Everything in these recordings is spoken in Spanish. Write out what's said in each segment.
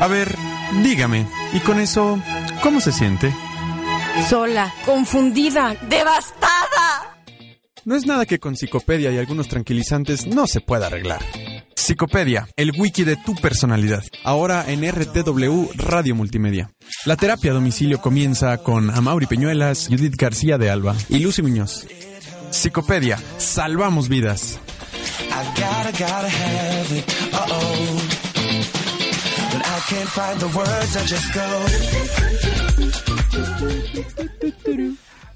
A ver, dígame, y con eso, ¿cómo se siente? Sola, confundida, devastada. No es nada que con psicopedia y algunos tranquilizantes no se pueda arreglar. Psicopedia, el wiki de tu personalidad, ahora en RTW Radio Multimedia. La terapia a domicilio comienza con Amauri Peñuelas, Judith García de Alba y Lucy Muñoz. Psicopedia, salvamos vidas. I gotta, gotta have it. Uh oh. But I can't find the words, I just go.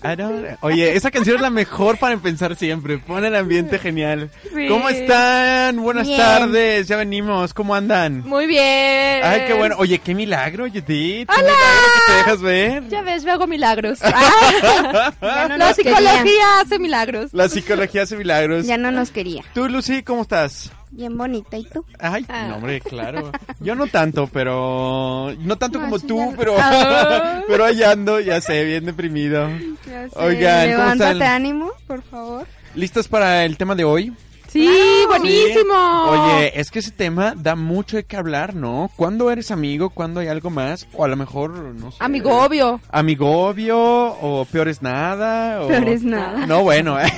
I don't- Oye, esa canción es la mejor para empezar siempre. Pone el ambiente genial. Sí. ¿Cómo están? Buenas Bien. tardes. Ya venimos. ¿Cómo andan? Muy bien. Ay, qué bueno. Oye, qué milagro, Judith. Qué ¡Hola! milagro que te dejas ver. Ya ves, yo hago milagros. Ah, Ya no la nos quería. psicología hace milagros. La psicología hace milagros. Ya no nos quería. Tú, Lucy, ¿cómo estás? Bien bonita, ¿y tú? Ay, Ah. no, hombre, claro. Yo no tanto, pero... No tanto No, como sí, tú, ya no. pero... Ah. pero allá ando, ya sé, bien deprimido. Ya sé. Oigan, ¿cómo Levántate están? ánimo, por favor. ¿Listas para el tema de hoy? Sí, buenísimo. Oye, es que ese tema da mucho de qué hablar, ¿no? ¿Cuándo eres amigo? ¿Cuándo hay algo más? O a lo mejor, no sé. Amigo obvio. Amigovio, o peor es nada. O... Peor es nada. No, bueno, hay,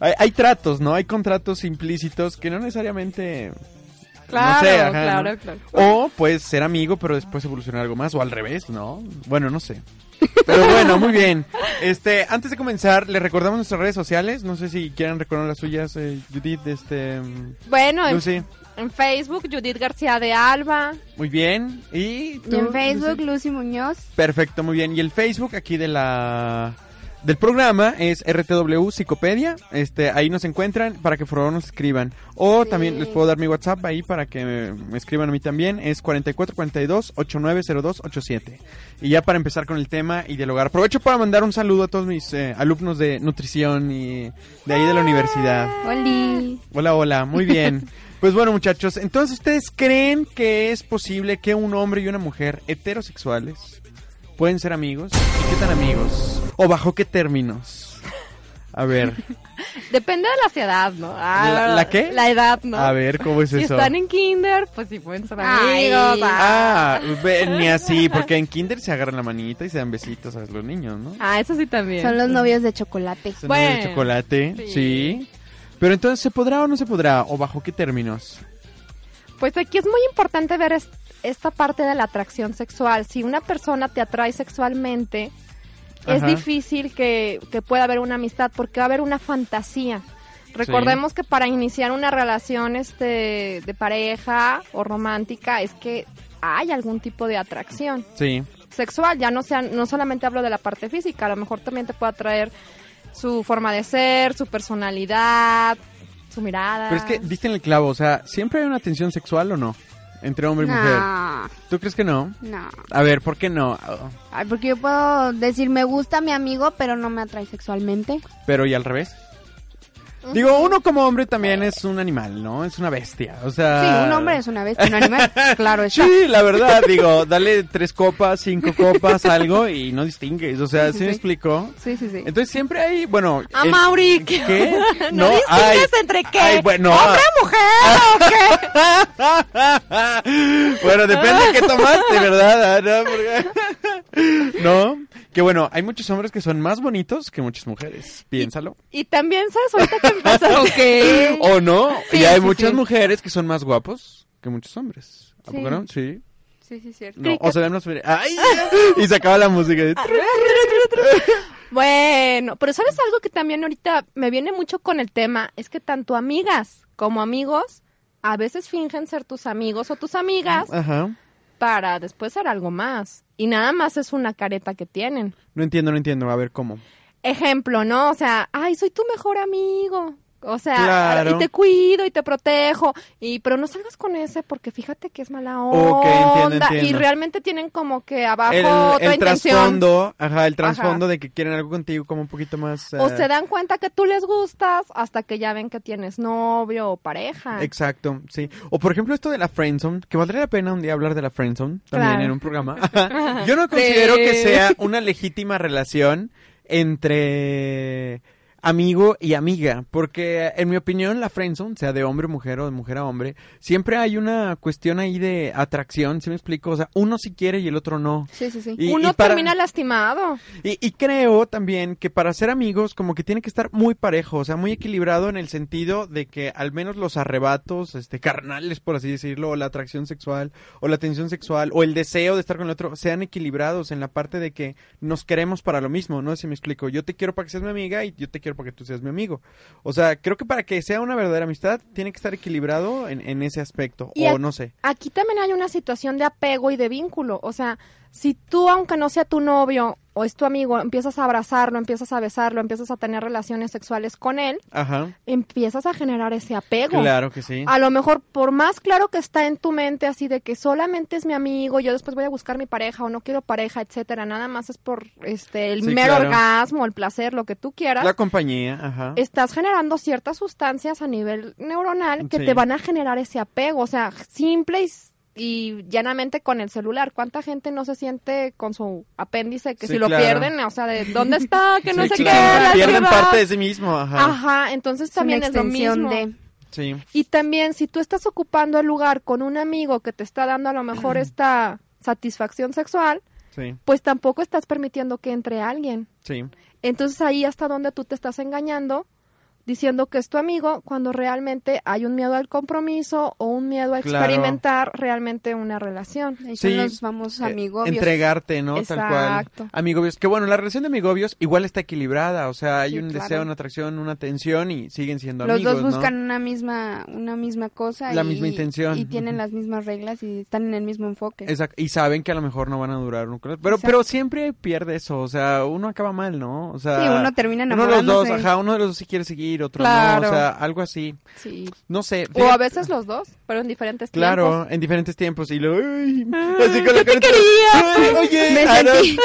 hay, hay tratos, ¿no? Hay contratos implícitos que no necesariamente... Claro, sé, ajá, claro, ¿no? claro. O pues ser amigo, pero después evolucionar algo más, o al revés, ¿no? Bueno, no sé. Pero bueno, muy bien. Este, antes de comenzar, le recordamos nuestras redes sociales. No sé si quieren recordar las suyas, eh, Judith, este, mm, Bueno, en, Lucy. en Facebook, Judith García de Alba. Muy bien. Y tú, Y en Facebook, Lucy? Lucy Muñoz. Perfecto, muy bien. Y el Facebook aquí de la del programa es RTW Psicopedia. Este, ahí nos encuentran para que por favor nos escriban. O Sí. también les puedo dar mi WhatsApp ahí para que me, me escriban a mí también. Es 4442-890287. Y ya para empezar con el tema y dialogar. Aprovecho para mandar un saludo a todos mis eh, alumnos de nutrición y de ahí de la universidad. Oli. Hola, hola, muy bien. Pues bueno, muchachos, entonces ustedes creen que es posible que un hombre y una mujer heterosexuales pueden ser amigos? ¿Y qué tan amigos? ¿O bajo qué términos? A ver, Depende de la edad, ¿no? Ah, ¿La- la qué? La edad, ¿no? a ver, ¿cómo es Si eso? están en kinder, pues sí pueden ser Ay. amigos. Ah, ve- ni así, porque en kinder se agarran la manita y se dan besitos a los niños, ¿no? Ah, eso sí también. Son los novios de chocolate. Se dan el bueno, chocolate, sí. sí. Pero entonces, ¿se podrá o no se podrá? ¿O bajo qué términos? Pues aquí es muy importante ver es- esta parte de la atracción sexual. Si una persona te atrae sexualmente, es Ajá. difícil que, que pueda haber una amistad porque va a haber una fantasía. Recordemos que para iniciar una relación este, de pareja o romántica es que hay algún tipo de atracción Sí, sexual, ya no sea, no solamente hablo de la parte física, a lo mejor también te puede atraer su forma de ser, su personalidad, su mirada. pero es que diste en el clavo, o sea, ¿siempre hay una tensión sexual o no? Entre hombre y mujer. No, ¿Tú crees que no? no. A ver, ¿por qué no? Ah, Ay, porque yo puedo decir me gusta mi amigo, pero no me atrae sexualmente. Pero y al revés. Digo, uno como hombre también es un animal, ¿no? Es una bestia. O sea. Sí, un hombre es una bestia, un animal. Claro, está. Ah. Sí, la verdad, digo, dale tres copas, cinco copas, algo y no distingues. O sea, ¿sí, Sí, sí, me sí. explico? Sí, sí, sí. Entonces siempre hay, bueno. A el- Ah, Mauri, que- ¿Qué? No distingues entre qué, bueno, hombre ah. o mujer, o qué. bueno, depende de qué tomaste, ¿verdad? Ah, No, Porque- No, que bueno, hay muchos hombres que son más bonitos que muchas mujeres, piénsalo. Y también sabes ahorita que empezaste ¿O no? Eh, Sí, y hay sí, muchas sí. mujeres que son más guapos que muchos hombres. ¿A Sí. poco no? Sí. Sí, sí, cierto. No, o se ven los... ¡Ay! Y se acaba la música. Ah. Bueno, pero sabes algo que también ahorita me viene mucho con el tema, es que tanto amigas como amigos a veces fingen ser tus amigos o tus Ah, amigas Ajá. para después ser algo más. Y nada más es una careta que tienen. No entiendo, no entiendo. A ver, ¿cómo? ejemplo, ¿no? O sea, ay, soy tu mejor amigo. O sea, Claro. y te cuido y te protejo, y pero no salgas con ese porque fíjate que es mala onda Ok, entiendo, y entiendo. realmente tienen como que abajo El, otra el intención trasfondo, ajá, el Ajá. trasfondo de que quieren algo contigo como un poquito más... o eh, se dan cuenta que tú les gustas hasta que ya ven que tienes novio o pareja. Exacto, sí. O por ejemplo esto de la friendzone, que valdría la pena un día hablar de la friendzone también Claro. en un programa. Yo no considero Sí. que sea una legítima relación entre amigo y amiga, porque en mi opinión la friendzone, sea de hombre a mujer o de mujer a hombre, siempre hay una cuestión ahí de atracción, ¿sí me explico? O sea, uno sí quiere y el otro no. Sí, sí, sí. Y- Uno y para- termina lastimado. Y, y creo también que para ser amigos como que tiene que estar muy parejo, o sea, muy equilibrado en el sentido de que al menos los arrebatos, este, carnales, por así decirlo, o la atracción sexual, o la tensión sexual, o el deseo de estar con el otro, sean equilibrados en la parte de que nos queremos para lo mismo, ¿no? Si me explico, yo te quiero para que seas mi amiga y yo te quiero para que tú seas mi amigo. O sea, creo que para que sea una verdadera amistad tiene que estar equilibrado en, en ese aspecto, Y o ac- no sé. Aquí también hay una situación de apego y de vínculo. O sea, si tú, aunque no sea tu novio o es tu amigo, empiezas a abrazarlo, empiezas a besarlo, empiezas a tener relaciones sexuales con él, Ajá, empiezas a generar ese apego. claro que sí. A lo mejor, por más claro que está en tu mente, así de que solamente es mi amigo, yo después voy a buscar mi pareja o no quiero pareja, etcétera, nada más es por este el Sí, mero claro. orgasmo, el placer, lo que tú quieras. La compañía, ajá. Estás generando ciertas sustancias a nivel neuronal que Sí. te van a generar ese apego, o sea, simple y, s- y llanamente con el celular. ¿Cuánta gente no se siente con su apéndice que Sí, si lo claro. pierden, o sea, de dónde está, que no Sí, sé claro, qué, la Ah. pierden ciudad? parte de sí mismo, ajá. Ajá, entonces Es una también es lo extensión mismo. de... Sí. Y también si tú estás ocupando el lugar con un amigo que te está dando a lo mejor esta satisfacción sexual, Sí, pues tampoco estás permitiendo que entre alguien. sí. Entonces ahí hasta donde tú te estás engañando diciendo que es tu amigo cuando realmente hay un miedo al compromiso o un miedo a Claro. experimentar realmente una relación. Ahí Sí, Son los famosos Eh, amigos. Entregarte, ¿no? Tal Exacto. cual. Amigobios. Que bueno, la relación de amigobios igual está equilibrada. O sea, hay Sí, un claro. deseo, una atracción, una tensión y siguen siendo Los amigos. dos ¿no? buscan una misma una misma cosa. La y- misma intención. Y tienen las mismas reglas y están en el mismo enfoque. Exacto. Y saben que a lo mejor no van a durar uno con el- Pero, pero siempre pierde eso. O sea, uno acaba mal, ¿no? O sea, sí, uno termina uno de los enamorándose. dos, ajá, uno de los dos sí quiere seguir, otro no. Claro. O sea, algo así. No sé. O a fíjate- veces los dos, pero en diferentes Claro, tiempos. Ah, en diferentes tiempos. Y luego, ay, así con la te carita- quería. Ay, Oye, Me ah, no. sentí-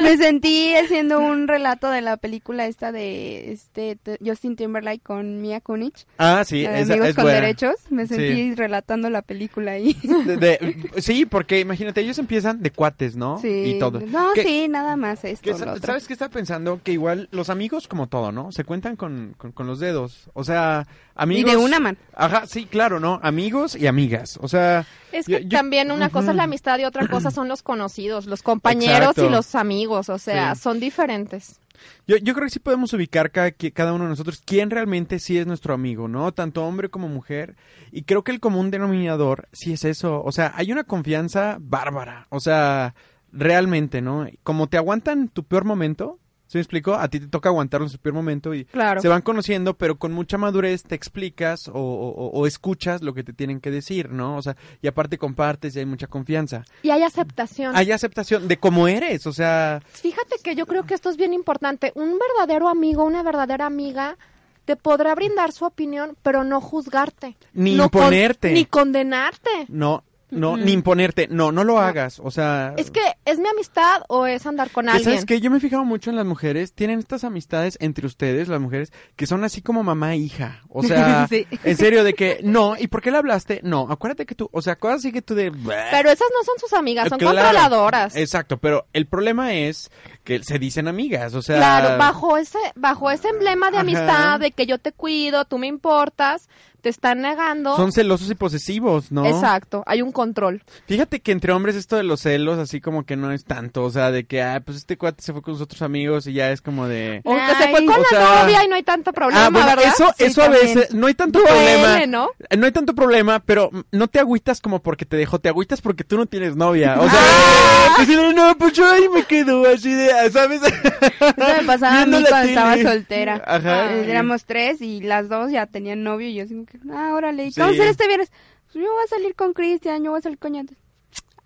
Me sentí haciendo un relato de la película esta de este t- Justin Timberlake con Mia Kunis, Ah, sí, la de esa- Amigos es con buena. Derechos. Me Sí. sentí relatando la película ahí. De- de- sí, porque imagínate, ellos empiezan de cuates, ¿no? Sí. Y todo. No, Que- sí, nada más esto. que lo sa- otro. ¿Sabes qué estaba pensando? Que igual los amigos, como todo, ¿no? Se cuentan con, con, con los dedos. O sea, amigos. Y de una mano. Ajá, sí, claro, ¿no? Amigos y amigas. O sea, Es Yo- que yo- también una cosa es la Ujú. amistad y otra cosa son los conocidos, los compañeros Exacto. y los amigos, o sea, Sí. son diferentes. yo, yo creo que sí podemos ubicar cada, qui- cada uno de nosotros quién realmente sí es nuestro amigo, ¿no? Tanto hombre como mujer. Y creo que el común denominador sí es eso. O sea, hay una confianza bárbara. O sea, realmente, ¿no? Como te aguantan tu peor momento, ¿se me explicó? A ti te toca aguantarlo en su peor momento y Claro. se van conociendo, pero con mucha madurez te explicas o, o- o- o escuchas lo que te tienen que decir, ¿no? O sea, y aparte compartes y hay mucha confianza. Y hay aceptación. Hay aceptación de cómo eres, o sea, Fíjate que yo creo que esto es bien importante. Un verdadero amigo, una verdadera amiga te podrá brindar su opinión, pero no juzgarte. Ni No con- imponerte. ni condenarte. no, no, ni imponerte, no, no lo hagas, o sea... Es que es mi amistad o es andar con que, alguien. ¿Sabes qué? Yo me he fijado mucho en las mujeres, tienen estas amistades entre ustedes, las mujeres, que son así como mamá e hija. O sea, Sí. en serio, de que, no, ¿y por qué le hablaste? No, acuérdate que tú, o sea, cosas así que tú de... Pero esas no son sus amigas, son Claro. controladoras. Exacto, pero el problema es que se dicen amigas, o sea... Claro, bajo ese, bajo ese emblema de ah. Ajá. amistad, de que yo te cuido, tú me importas, te están negando. Son celosos y posesivos, ¿no? Exacto, hay un control. Fíjate que entre hombres esto de los celos así como que no es tanto, o sea, de que, ah, pues este cuate se fue con sus otros amigos y ya es como de... O que se fue Ay. con O la sea- novia y no hay tanto problema, ah, bueno, ¿verdad? eso, Sí, eso a también. veces, no hay tanto Duele, problema. ¿no? Eh, No hay tanto problema, pero mm, no te agüitas como porque te dejó, te agüitas porque tú no tienes novia. O sea, Ah. decirle, no, pues yo ahí me quedo así de, ¿sabes? Eso me pasaba a mí Viendo la cuando estaba tele. soltera. Ajá. Eh, Éramos tres y las dos ya tenían novio y yo así como que, ah, órale, ¿y qué Sí. vamos a hacer este viernes? Pues yo voy a salir con Cristian, yo voy a salir con Yantes.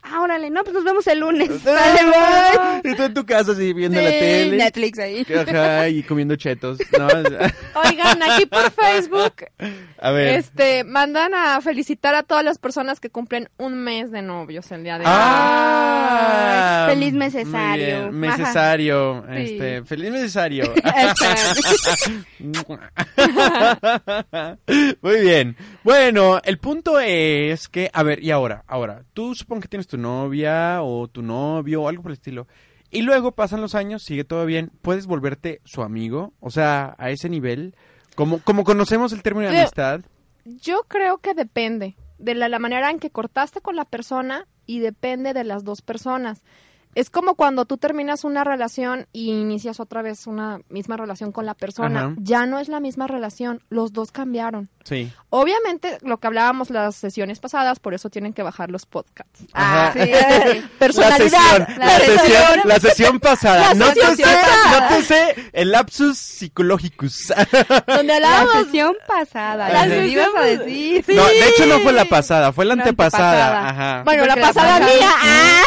Ah, órale, no, pues nos vemos el lunes. Dale, bye. Y tú en tu casa así viendo la Sí, tele. Netflix ahí. Ajá, y comiendo chetos. No, o sea, Oigan, aquí por Facebook a ver. este, mandan a felicitar a todas las personas que cumplen un mes de novios el día de hoy. Ah, Ay, feliz muy necesario. bien, Ajá. Necesario. Sí. Este, feliz necesario. Muy bien. Bueno, el punto es que, a ver, y ahora, ahora, tú supongo que tienes tu novia o tu novio o algo por el estilo. Y luego pasan los años, sigue todo bien, puedes volverte su amigo, o sea, a ese nivel, como, como conocemos el término de Yo- amistad. Yo creo que depende de la, la manera en que cortaste con la persona y depende de las dos personas. Es como cuando tú terminas una relación y inicias otra vez una misma relación con la persona. Ajá. Ya no es la misma relación, los dos cambiaron. Sí. Obviamente, lo que hablábamos las sesiones pasadas, por eso tienen que bajar los podcasts. Ajá. Sí, eh, Personalidad. La sesión, la sesión, la sesión pasada. La no, te sesión sé, pasada. no te sé el lapsus psicologicus. Donde La hablábamos sesión pasada. Ajá. La que ibas a decir. No, de hecho no fue la pasada, fue la, La antepasada. antepasada. Ajá. Bueno, la Porque la pasada pasada- mía. ¡ah!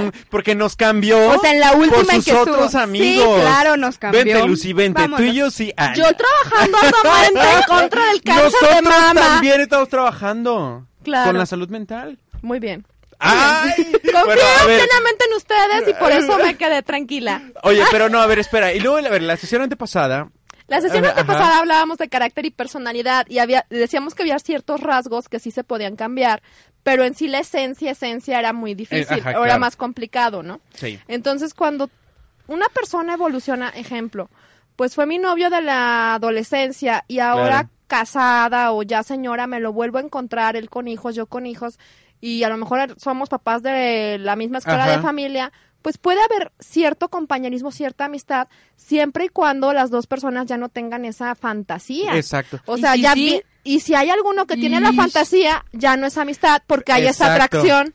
Mm, mm, porque nos cambió. O sea, en la última por en sus que estuvo. otros amigos. Sí, claro, nos cambió. Vente, Lucy, vente. Tú y yo sí. Ah, Yo trabajando a tomar en contra del cáncer Nosotros de mama. también estamos trabajando. Claro. Con la salud mental. Muy bien. ¡Ay! Confío Bueno, a ver. plenamente en ustedes y por eso me quedé tranquila. Oye, pero no, a ver, espera. Y luego, a ver, la sesión antepasada. La sesión Ajá. antepasada hablábamos de carácter y personalidad y había, decíamos que había ciertos rasgos que sí se podían cambiar, pero en sí la esencia, esencia era muy difícil, Eh, ajá, o era claro. más complicado, ¿no? Sí. Entonces, cuando una persona evoluciona, ejemplo, pues fue mi novio de la adolescencia y ahora Claro. casada o ya señora, me lo vuelvo a encontrar, él con hijos, yo con hijos, y a lo mejor somos papás de la misma escuela Ajá. de familia, pues puede haber cierto compañerismo, cierta amistad, siempre y cuando las dos personas ya no tengan esa fantasía. Exacto. O ¿Y sea, si ya sí? vi- y si hay alguno que tiene la Ish. fantasía, ya no es amistad porque hay esa Exacto. atracción.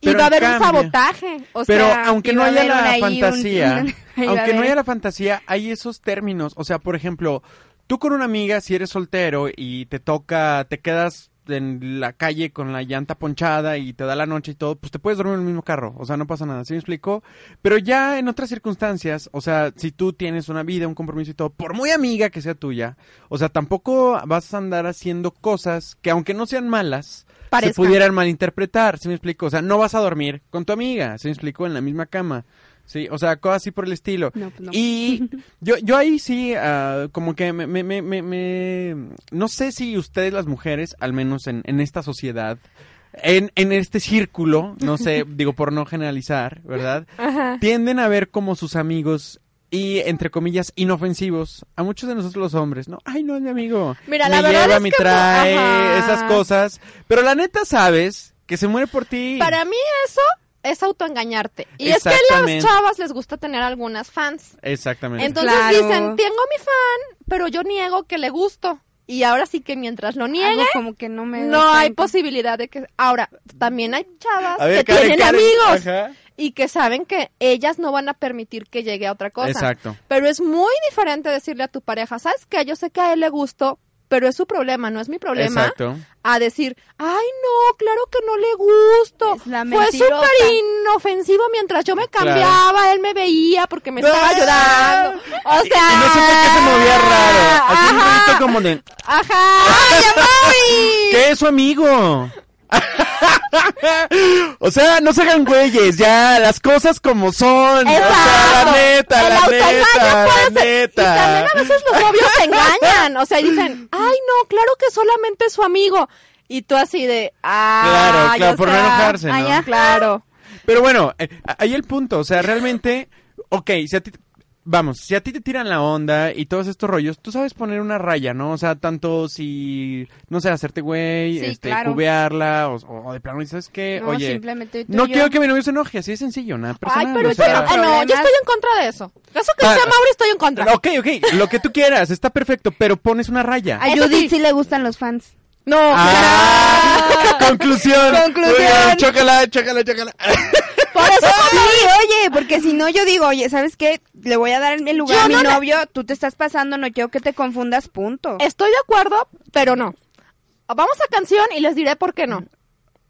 Y Pero va a en haber cambio- un sabotaje. O Pero sea, aunque iba no a haya haber la una y un- fantasía, iba a aunque no haber- haya la fantasía, hay esos términos. O sea, por ejemplo, tú con una amiga, si eres soltero y te toca, te quedas en la calle con la llanta ponchada y te da la noche y todo, pues te puedes dormir en el mismo carro, o sea, no pasa nada, ¿sí me explico? Pero ya en otras circunstancias, o sea, si tú tienes una vida, un compromiso y todo, por muy amiga que sea tuya, o sea, tampoco vas a andar haciendo cosas que aunque no sean malas, se Parezcan. pudieran malinterpretar, ¿sí me explico? O sea, no vas a dormir con tu amiga, ¿sí me explico? En la misma cama. Sí, o sea, cosas así por el estilo. No, pues no. Y yo, yo ahí sí, ah, como que me, me, me, me- me- No sé si ustedes las mujeres, al menos en, en esta sociedad, en, en este círculo, no sé, digo por no generalizar, ¿verdad? Tienden a ver como sus amigos y, entre comillas, inofensivos a muchos de nosotros los hombres, ¿no? Ay, no es mi amigo. Mira, me la verdad lleva, es me que no- trae, Ajá. esas cosas. Pero la neta sabes que se muere por ti. Para mí eso es autoengañarte. Y es que a Exactamente. las chavas les gusta tener algunas fans. Exactamente. Entonces Claro. dicen, tengo mi fan, pero yo niego que le gusto. Y ahora sí que mientras lo niegue, Algo como que no me. no doy hay cuenta. posibilidad de que... Ahora, también hay chavas A ver, que Karen, tienen Karen, amigos ajá. y que saben que ellas no van a permitir que llegue a otra cosa. Exacto. Pero es muy diferente decirle a tu pareja, ¿sabes qué? Yo sé que a él le gustó, pero es su problema, no es mi problema. Exacto. a decir, ay no, claro que no le gusto. Es la Fue mentirosa. súper inofensivo mientras yo me cambiaba, él me veía porque me estaba Ah. ayudando. O sea, Y no sé por qué se movía raro. Así un ajá, poquito como de. ajá, ay, Amaury. ¿Qué es su amigo? o sea, no se hagan güeyes, ya, las cosas como son. O sea, Exacto. la neta, El la autoengaño neta, la puede ser- Y también neta. a veces los novios se engañan. O sea, dicen, ay, no, claro que solamente es su amigo. Y tú así de, ah, Claro, claro, o por no sea, enojarse, ¿no? ay, ya, claro. Pero bueno, eh, ahí el punto, o sea, realmente, ok, si a ti, vamos, si a ti te tiran la onda y todos estos rollos, tú sabes poner una raya, ¿no? O sea, tanto si, no sé, hacerte güey, Sí, este, claro. cubearla, o, o de plano, y ¿sabes qué? No, Oye, simplemente tú y no yo. quiero que mi novio se enoje, así de sencillo, nada personal. ay, pero o eso, sea, ah, no, yo Problemas. estoy en contra de eso. Eso que pues Ah. sea Mauri, estoy en contra. Ok, ok, lo que tú quieras, está perfecto, pero pones una raya. A Eso Judith sí. sí le gustan los fans. No, Ah, claro. Conclusión. Conclusión. Oigan, chócala, chócala, chócala. Por eso sí, oye, porque si no yo digo, oye, ¿sabes qué? Le voy a dar el lugar Yo a mi no le- novio, tú te estás pasando, no quiero que te confundas, punto. Estoy de acuerdo, pero no. Vamos a canción y les diré por qué no.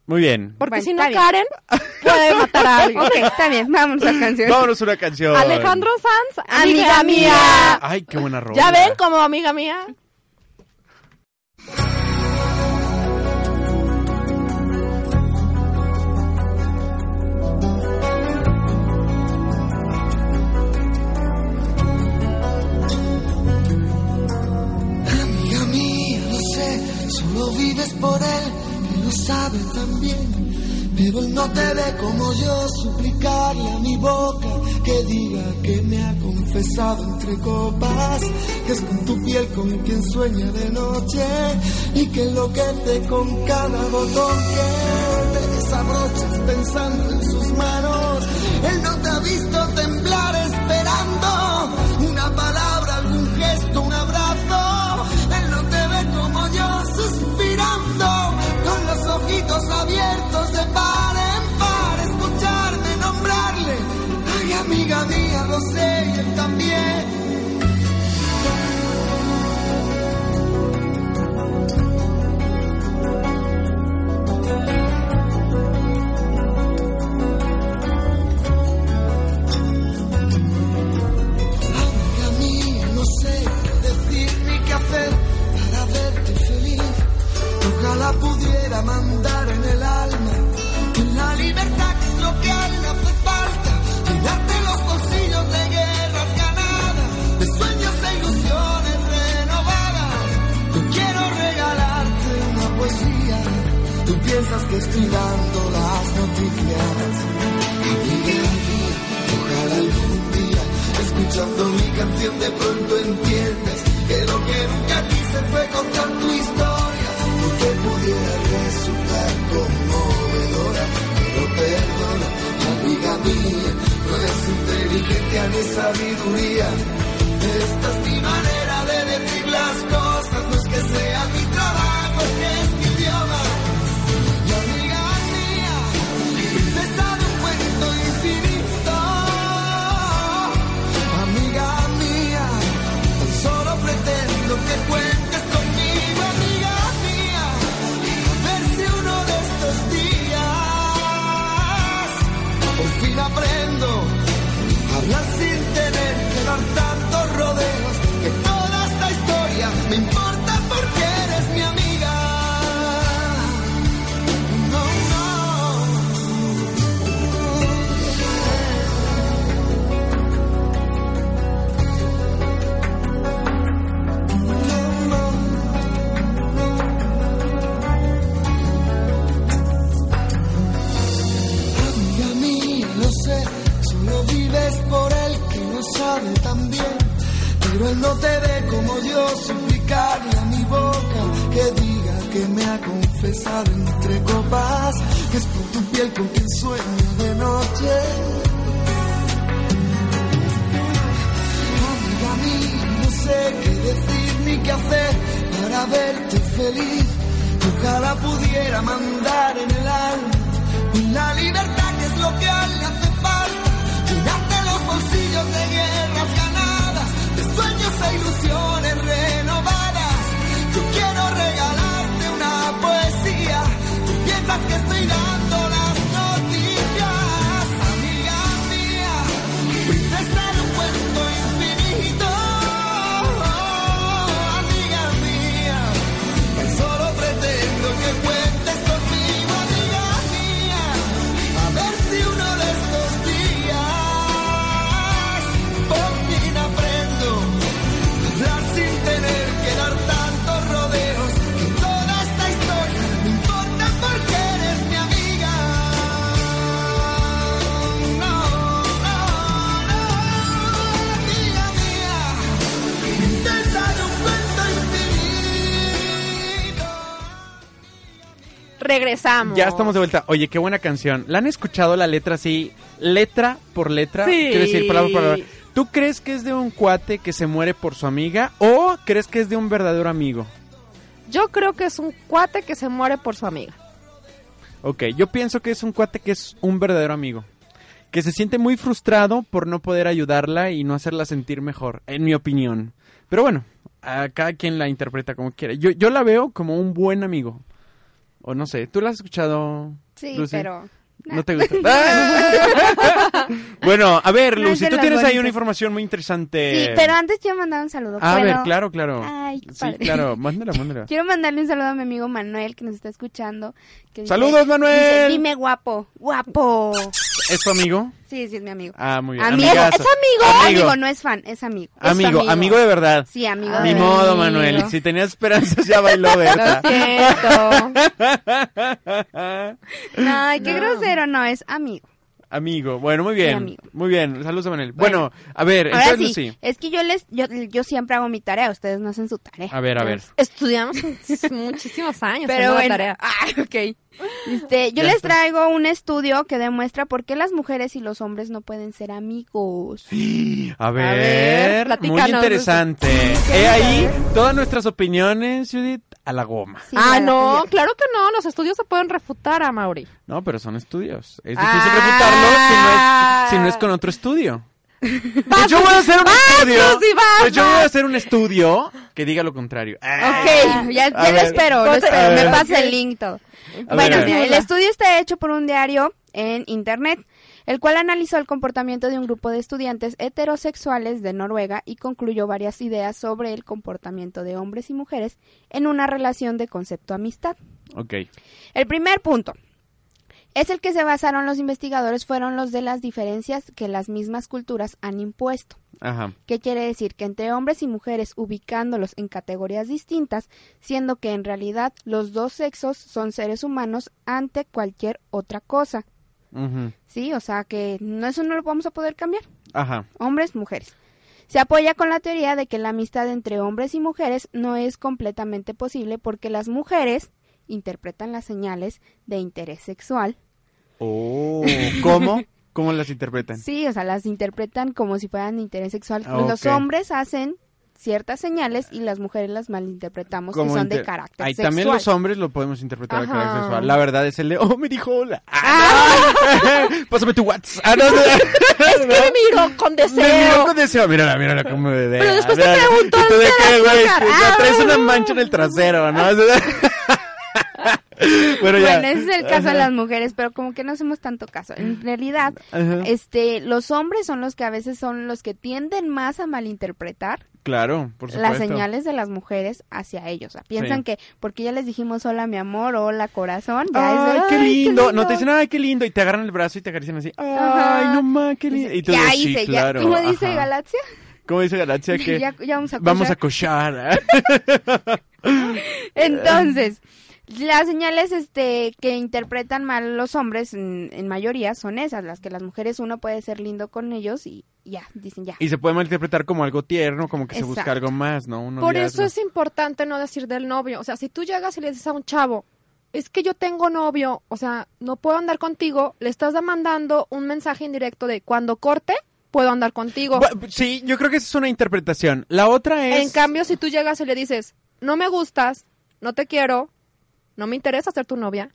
Muy bien. Porque Bueno, si no, está bien. Karen puede matar a alguien. Ok, está bien, vamos a la canción. Vámonos a una canción. Alejandro Sanz, amiga, Amiga mía. mía. Ay, qué buena rola. ¿Ya ven como amiga mía? Amiga mía, lo sé, solo vives por él, y lo sabe también. Pero no te ve como yo suplicarle a mi boca que diga que me ha confesado entre copas, que es con tu piel con quien sueña de noche y que enloquece con cada botón que te desabrochas pensando en sus manos. Él no te ha visto temblar esperando una palabra, algún gesto, un abrazo. Él no te ve como yo suspirando con los ojitos abiertos de par en par, escucharme nombrarle. Ay, amiga mía, lo sé, y él también. Amiga mía, no sé qué decir ni qué hacer para verte feliz. Ojalá pudiera mandar en el alma la libertad que es lo que a él le hace falta. Llenarte los bolsillos de guerras ganadas, de sueños e ilusiones renovadas. Yo quiero regalarte una poesía. Tú piensas que estoy dando las noticias. Amiga mía, ojalá algún día, escuchando mi canción, de pronto entiendas que lo que nunca quise fue contar tu historia. Porque pudiera resultar conmovedora, pero perdona, amiga mía, no eres inteligente ni sabiduría. Esta es mi manera de decir las cosas, no es que sea mi trabajo, es que es mi idioma. Y amiga mía, princesa de un cuento infinito. Amiga mía, tan solo pretendo que cuentes conmigo. Amiga mía, a ver si uno de estos días por fin aprendo a hablar sin tener que dar tantos rodeos. Que toda esta historia me importa porque eres mi amiga. No, no. Amiga mía, lo sé, solo vives por él que no sabe tan bien. Pero él no te ve como yo, suplicarle a mi boca que diga que me ha confesado entre copas, que es por tu piel con quien sueño de noche. Amiga mía, no sé qué decir ni qué hacer para verte feliz. Ojalá pudiera mandar en el alma la libertad que es lo que a él le hace falta. Llenarte los bolsillos de guerras ganadas, de sueños e ilusiones renovadas. Yo quiero regalarte una poesía. Tú piensas que estoy dando las noticias, amiga mía. Princesa de un cuento infinito, amiga mía. Tan solo pretendo que cuentes conmigo, amiga mía. A ver si uno de estos días por fin aprendo a hablar sin tener que dar tantos rodeos. Que toda esta historia me importa porque eres mi amiga. No, no, no, amiga mía. Princesa de un cuento infinito. Regresamos. Ya estamos de vuelta. Oye, qué buena canción. ¿La han escuchado la letra así, letra por letra? Sí. Quiero decir, palabra por palabra. ¿Tú crees que es de un cuate que se muere por su amiga o crees que es de un verdadero amigo? Yo creo que es un cuate que se muere por su amiga. Ok, yo pienso que es un cuate que es un verdadero amigo. Que se siente muy frustrado por no poder ayudarla y no hacerla sentir mejor, en mi opinión. Pero bueno, a cada quien la interpreta como quiera. Yo, yo la veo como un buen amigo. O no sé, ¿tú la has escuchado? Sí, Lucy? pero. No te gusta. ¡Ah! bueno, a ver, No es Lucy, de tú las tienes ahí una bonitas. información muy interesante. Sí, pero antes quiero mandar un saludo. Eh, A ¿puedo? ver, claro, claro. Ay, qué sí, padre. claro, mándala, mándala. Quiero mandarle un saludo a mi amigo Manuel que nos está escuchando. que dice- ¡Saludos, Dice, Manuel! dime guapo, guapo. ¿Es tu amigo? Sí, sí, es mi amigo. Ah, muy bien. Amigo, Amigazo. es amigo. Amigo. no es fan, es amigo. Es Amigo, amigo. amigo de verdad. Sí, amigo. Ah, Ni de- modo, Amigo. Manuel. Si tenía esperanzas, ya bailó Lo Berta. siento. Ay, qué grosero, no, es amigo. Amigo, bueno, muy bien. amigo. Muy bien, saludos a Manel. Bueno. Bueno, a ver, Ahora entonces sí, sí. es que yo les, yo, yo siempre hago mi tarea, ustedes no hacen su tarea. A ver, a ver. Estudiamos muchísimos años Pero haciendo la bueno, tarea. ah, ok. Este, yo Ya les está. traigo un estudio que demuestra por qué las mujeres y los hombres no pueden ser amigos. A ver, muy ver, platícanos. interesante. He ahí todas nuestras opiniones, Judith, a la goma. Sí, ah, ya la no, cambié. claro que no. Los estudios se pueden refutar a Mauri. No, pero son estudios. Es difícil Ah. refutarlo si no es, si no es con otro estudio. Vas, Pues yo voy a hacer un vas, estudio. Lucy, vas, Pues yo vas. voy a hacer un estudio que diga lo contrario. Ah. Ok, ya, ya A lo ver. espero, lo Ponte- espero, a me ver. pasa el link todo. A Bueno, ver. mira, el estudio está hecho por un diario en internet, el cual analizó el comportamiento de un grupo de estudiantes heterosexuales de Noruega y concluyó varias ideas sobre el comportamiento de hombres y mujeres en una relación de concepto amistad. Ok. El primer punto es el que se basaron los investigadores fueron los de las diferencias que las mismas culturas han impuesto. Ajá. ¿Qué quiere decir? Que entre hombres y mujeres ubicándolos en categorías distintas, siendo que en realidad los dos sexos son seres humanos ante cualquier otra cosa. Ujú. ¿Sí? O sea que no eso no lo vamos a poder cambiar. Ajá. Hombres, mujeres. Se apoya con la teoría de que la amistad entre hombres y mujeres no es completamente posible porque las mujeres interpretan las señales de interés sexual. Oh, ¿cómo? ¿Cómo las interpretan? Sí, o sea, las interpretan como si fueran de interés sexual. Ah, Los ok. hombres hacen ciertas señales y las mujeres las malinterpretamos que Como son de inter- carácter Ay, sexual. También los hombres lo podemos interpretar de Ajá. carácter sexual. La verdad es el de, oh, me dijo hola. Ah, no. Pásame tu WhatsApp. Ah, no, no. Es que me miró con deseo. Me miró con deseo. Mírala, mírala cómo bebé. Pero después te preguntó, ¿Y tú de ¿se qué, la güey? saca? O sea, traes Ah. una mancha en el trasero, ¿no? bueno, ya. Bueno, ese es el caso de las mujeres, pero como que no hacemos tanto caso. En realidad, Ajá. este, los hombres son los que a veces son los que tienden más a malinterpretar Claro, por supuesto. las señales de las mujeres hacia ellos. O sea, piensan Sí. que porque ya les dijimos hola mi amor, hola corazón, ya es, Ay, qué lindo. No te dicen, ay, qué lindo. Y te agarran el brazo y te acarician así. Ay, Ajá. no más, qué lindo. Dice, Y tú ya dices, sí, hice, claro. ya. ¿Cómo dice ajá. Galaxia? ¿Cómo dice Galaxia? Que Ya- ya vamos a Vamos cochar. a cochar. Entonces, las señales este que interpretan mal los hombres en, en mayoría son esas, las que las mujeres uno puede ser lindo con ellos y ya, dicen ya. Y se puede malinterpretar como algo tierno, como que se busca Exacto. algo más, ¿no? Un Por noviazgo. eso es importante no decir del novio. O sea, si tú llegas y le dices a un chavo, es que yo tengo novio, o sea, no puedo andar contigo, le estás mandando un mensaje indirecto de cuando corte, puedo andar contigo. Bu- Sí, yo creo que esa es una interpretación. La otra es... En cambio, si tú llegas y le dices, no me gustas, no te quiero, no me interesa ser tu novia,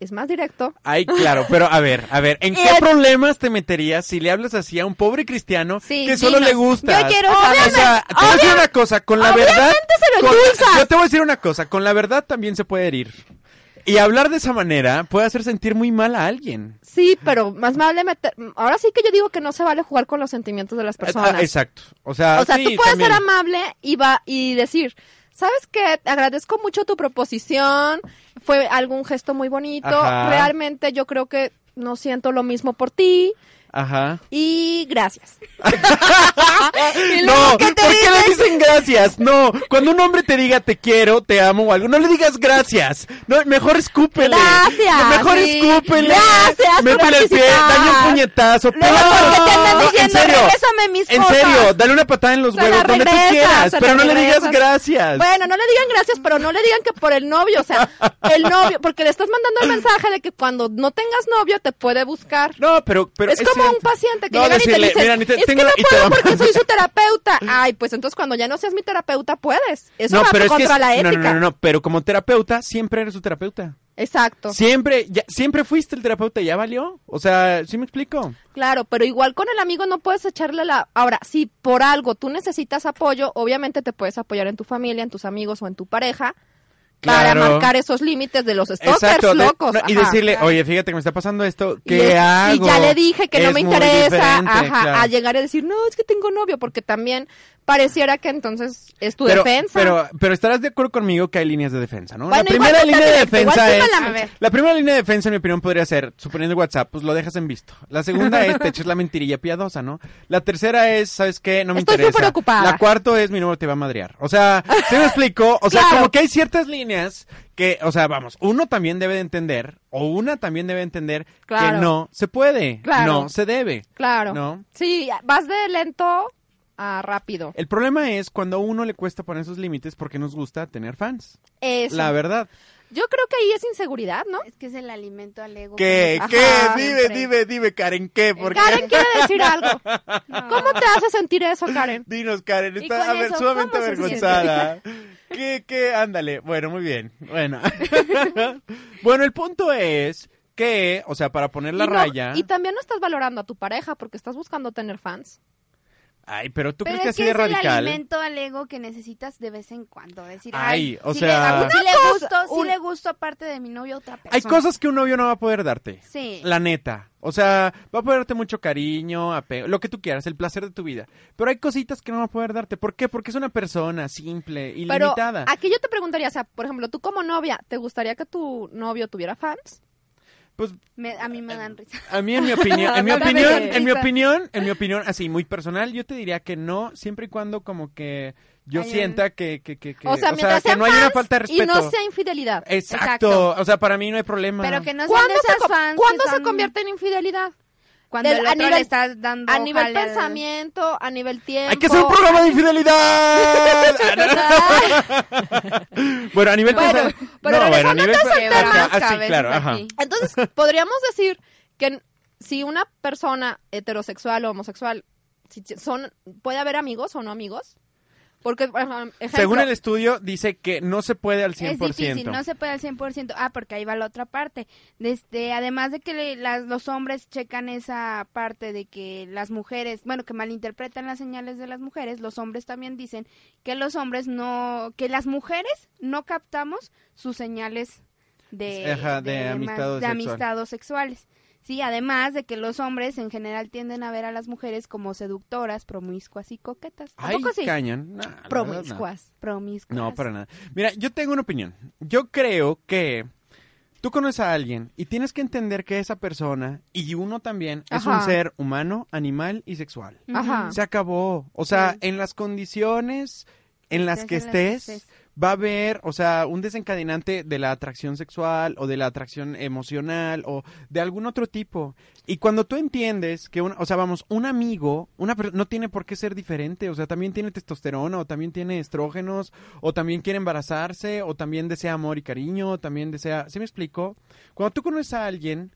es más directo. Ay, claro, pero a ver, a ver, ¿en qué problemas te meterías si le hablas así a un pobre cristiano Sí, que solo dinos. le gusta? Yo quiero O sea, te voy a decir una cosa, con la verdad. se lo con- endulzas. yo te voy a decir una cosa, con la verdad también se puede herir. Y hablar de esa manera puede hacer sentir muy mal a alguien. Sí, pero más vale meter... Ahora sí que yo digo que no se vale jugar con los sentimientos de las personas. Ah, exacto. O sea, O sea, sí, tú puedes también. ser amable y va y decir, ¿sabes qué? Te agradezco mucho tu proposición, fue algún gesto muy bonito, Ajá. realmente yo creo que no siento lo mismo por ti Ajá. y gracias. Y luego No, que ¿por qué le dicen gracias? No, cuando un hombre te diga te quiero, te amo o algo, no le digas gracias. No, mejor escúpele. Gracias, Mejor sí. escúpele. Gracias por Métele el pie, participar. dale un puñetazo. Luego, ¡pum! ¿por qué te andan No, diciendo, en serio, "Regrésame mis En cosas"? serio, dale una patada en los Se la huevos Pues, donde tú regresas, quieras, se pero la no le digas regresas. gracias. Bueno, no le digan gracias, pero no le digan que por el novio, o sea, el novio, porque le estás mandando el mensaje de que cuando no tengas novio te puede buscar. No, pero, pero es, como cierto. un paciente que No, llegan decirle, y te "Mira, dicen, ni te- es que tengo- no y te puedo va- porque soy su terapeuta. Ay, pues entonces cuando ya no seas mi terapeuta puedes. Eso va pero es que contra es- la ética. no, no, no, no, pero como terapeuta siempre eres su terapeuta. Exacto. Siempre, ya, siempre fuiste el terapeuta, ya valió. O sea, ¿sí me explico? Claro, pero igual con el amigo no puedes echarle la... Ahora, si por algo tú necesitas apoyo, obviamente te puedes apoyar en tu familia, en tus amigos o en tu pareja para Claro. marcar esos límites de los stalkers de- locos. no, y Ajá. decirle, oye, fíjate que me está pasando esto, Y ¿qué le- hago? Y ya le dije que no Es me muy interesa, diferente, ajá, claro. a llegar a decir, no, es que tengo novio, porque también pareciera que entonces es tu pero, defensa. Pero, pero estarás de acuerdo conmigo que hay líneas de defensa, ¿no? la Bueno, igual primera no línea tan de directo, igual defensa sí es... con la mecha. La primera línea de defensa, en mi opinión, podría ser, suponiendo el WhatsApp, pues lo dejas en visto. La segunda es, te echas la mentirilla piadosa, ¿no? La tercera es, ¿sabes qué? No me Estoy interesa. súper ocupada. La cuarto es, mi número te va a madrear. O sea, ¿se me explico? O sea, Claro. como que hay ciertas líneas que, o sea, vamos, uno también debe de entender, o una también debe entender Claro. que no se puede, Claro. no se debe. Claro. ¿No? Sí, vas de lento a rápido. El problema es cuando a uno le cuesta poner esos límites porque nos gusta tener fans. Eso. La verdad. Yo creo que ahí es inseguridad, ¿no? Es que es el alimento al ego. ¿Qué? Ajá, ¿Qué? Dime, siempre. dime, dime, Karen, ¿qué? ¿Por qué? Karen quiere decir algo. No. ¿Cómo te hace sentir eso, Karen? Dinos, Karen, ¿Y está con a ver, eso sumamente cómo se avergonzada. ¿Qué, qué? Ándale. Bueno, muy bien. Bueno. bueno, el punto es que, o sea, para poner la y no- raya. Y también no estás valorando a tu pareja porque estás buscando tener fans. Ay, pero tú Pero crees que es así que de es el radical. alimento al ego que necesitas de vez en cuando. Decir, Ay, ay, o sí sea- le, sí Una le cosa, gusto, sí un- le gusto aparte de mi novio otra persona. Hay cosas que un novio no va a poder darte. Sí. La neta. O sea, va a poder darte mucho cariño, apego, lo que tú quieras, el placer de tu vida. Pero hay cositas que no va a poder darte. ¿Por qué? Porque es una persona simple, Pero ilimitada. aquí yo te preguntaría, o sea, por ejemplo, tú como novia, ¿te gustaría que tu novio tuviera fans? Pues Me- a mí me dan risa. A mí, en mi opinión, en mi No, dame opinión, de en mi risa. opinión, en mi opinión, así muy personal, yo te diría que no, siempre y cuando como que yo Hay un- sienta que, que, que, que- o sea, mientras que sean no hay una fans falta de respeto. Y no sea infidelidad. exacto. Exacto. o sea, para mí no hay problema. Pero que no sean de ¿Cuándo, se, esas co- fans. que ¿cuándo se son- convierte en infidelidad? Cuando del- el a otro nivel- le estás dando. A nivel jale al- pensamiento, a nivel tiempo. Hay que hacer un programa de infidelidad. Ah, no. bueno, a nivel Bueno, personal- pero no, bueno, a regresando nivel al personal- tema. Ajá, ah, sí, claro, ajá. Entonces, podríamos decir que n- si una persona heterosexual o homosexual si t- son puede haber amigos o no amigos? Porque por ejem- ejemplo, Según el estudio dice que no se puede al 100%. Es difícil, no se puede al 100%. Ah, porque ahí va la otra parte. Desde, además de que le- las, los hombres checan esa parte de que las mujeres, bueno, que malinterpretan las señales de las mujeres, los hombres también dicen que los hombres no, que las mujeres no captamos sus señales de, Ajá, de ma- amistad o de sexual. amistad o sexuales. Sí, además de que los hombres en general tienden a ver a las mujeres como seductoras, promiscuas y coquetas. Ay, ¿Tampoco sí? cañon. No, la verdad, no. promiscuas. Promiscuas. No, para nada. Mira, yo tengo una opinión. Yo creo que tú conoces a alguien y tienes que entender que esa persona y uno también es un Ajá. ser humano, animal y sexual. Ujú. Ajá. Se acabó. O sea, Sí. en las condiciones en las Estés que en las que estés, estés. va a haber, o sea, un desencadenante de la atracción sexual o de la atracción emocional o de algún otro tipo. Y cuando tú entiendes que, un- o sea, vamos, un amigo, una per- no tiene por qué ser diferente, o sea, también tiene testosterona o también tiene estrógenos o también quiere embarazarse o también desea amor y cariño o también desea, ¿se me explico? Cuando tú conoces a alguien,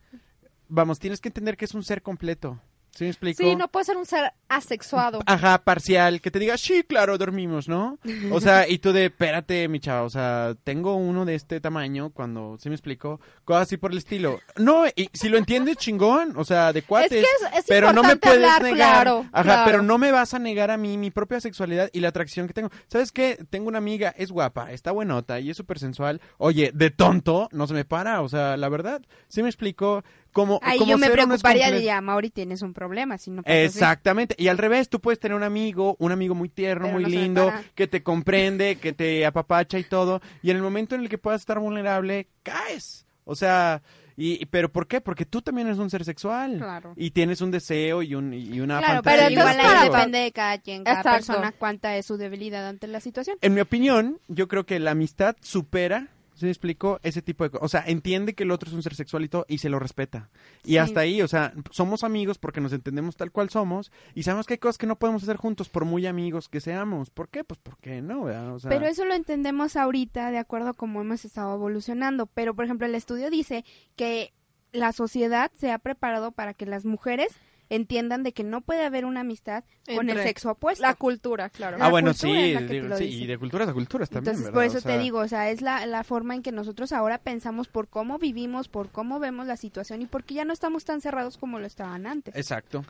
vamos, tienes que entender que es un ser completo. ¿Sí me explico? Ah. Sí, no puede ser un ser asexuado. Ajá, parcial, que te diga, sí, claro, dormimos, ¿no? O sea, y tú de, espérate, mi chava, o sea, tengo uno de este tamaño cuando, ¿sí me explico? Cosas así por el estilo. No, y si lo entiendes, chingón, o sea, de cuates. Es que es- es pero no me importante puedes hablar, negar. claro, Ajá, claro. pero no me vas a negar a mí mi propia sexualidad y la atracción que tengo. ¿Sabes qué? Tengo una amiga, es guapa, está buenota y es súper sensual. Oye, de tonto, no se me para, o sea, la verdad, ¿sí me explico? Como, Ahí como yo me ser uno es preocuparía, comple- diría, Mauri, tienes un problema, si no pasa así". Exactamente. Y al revés, tú puedes tener un amigo, un amigo muy tierno, Pero muy no se lindo, para. que te comprende, que te apapacha y todo. Y en el momento en el que puedas estar vulnerable, caes. O sea, y, y- ¿pero por qué? Porque tú también eres un ser sexual. Claro. Y tienes un deseo y, un, y una Claro, fantasía. pero Pero igual entonces ahí para- depende de cada quien, cada Exacto. persona, cuánta es su debilidad ante la situación. En mi opinión, yo creo que la amistad supera, ¿se me explicó? Ese tipo de cosas. O sea, entiende que el otro es un ser sexual y todo y se lo respeta. Y Sí. hasta ahí, o sea, somos amigos porque nos entendemos tal cual somos y sabemos que hay cosas que no podemos hacer juntos por muy amigos que seamos. ¿Por qué? Pues porque no, ¿verdad? O sea, Pero eso lo entendemos ahorita de acuerdo a cómo hemos estado evolucionando. Pero, por ejemplo, el estudio dice que la sociedad se ha preparado para que las mujeres entiendan de que no puede haber una amistad con el Entre sexo opuesto. La cultura, claro. Ah, la bueno, sí, cultura es la que te digo, lo sí, dice. y de culturas a culturas también, Entonces, ¿verdad? por O eso sea, te digo, o sea, es la, la forma en que nosotros ahora pensamos por cómo vivimos, por cómo vemos la situación y porque ya no estamos tan cerrados como lo estaban antes. Exacto.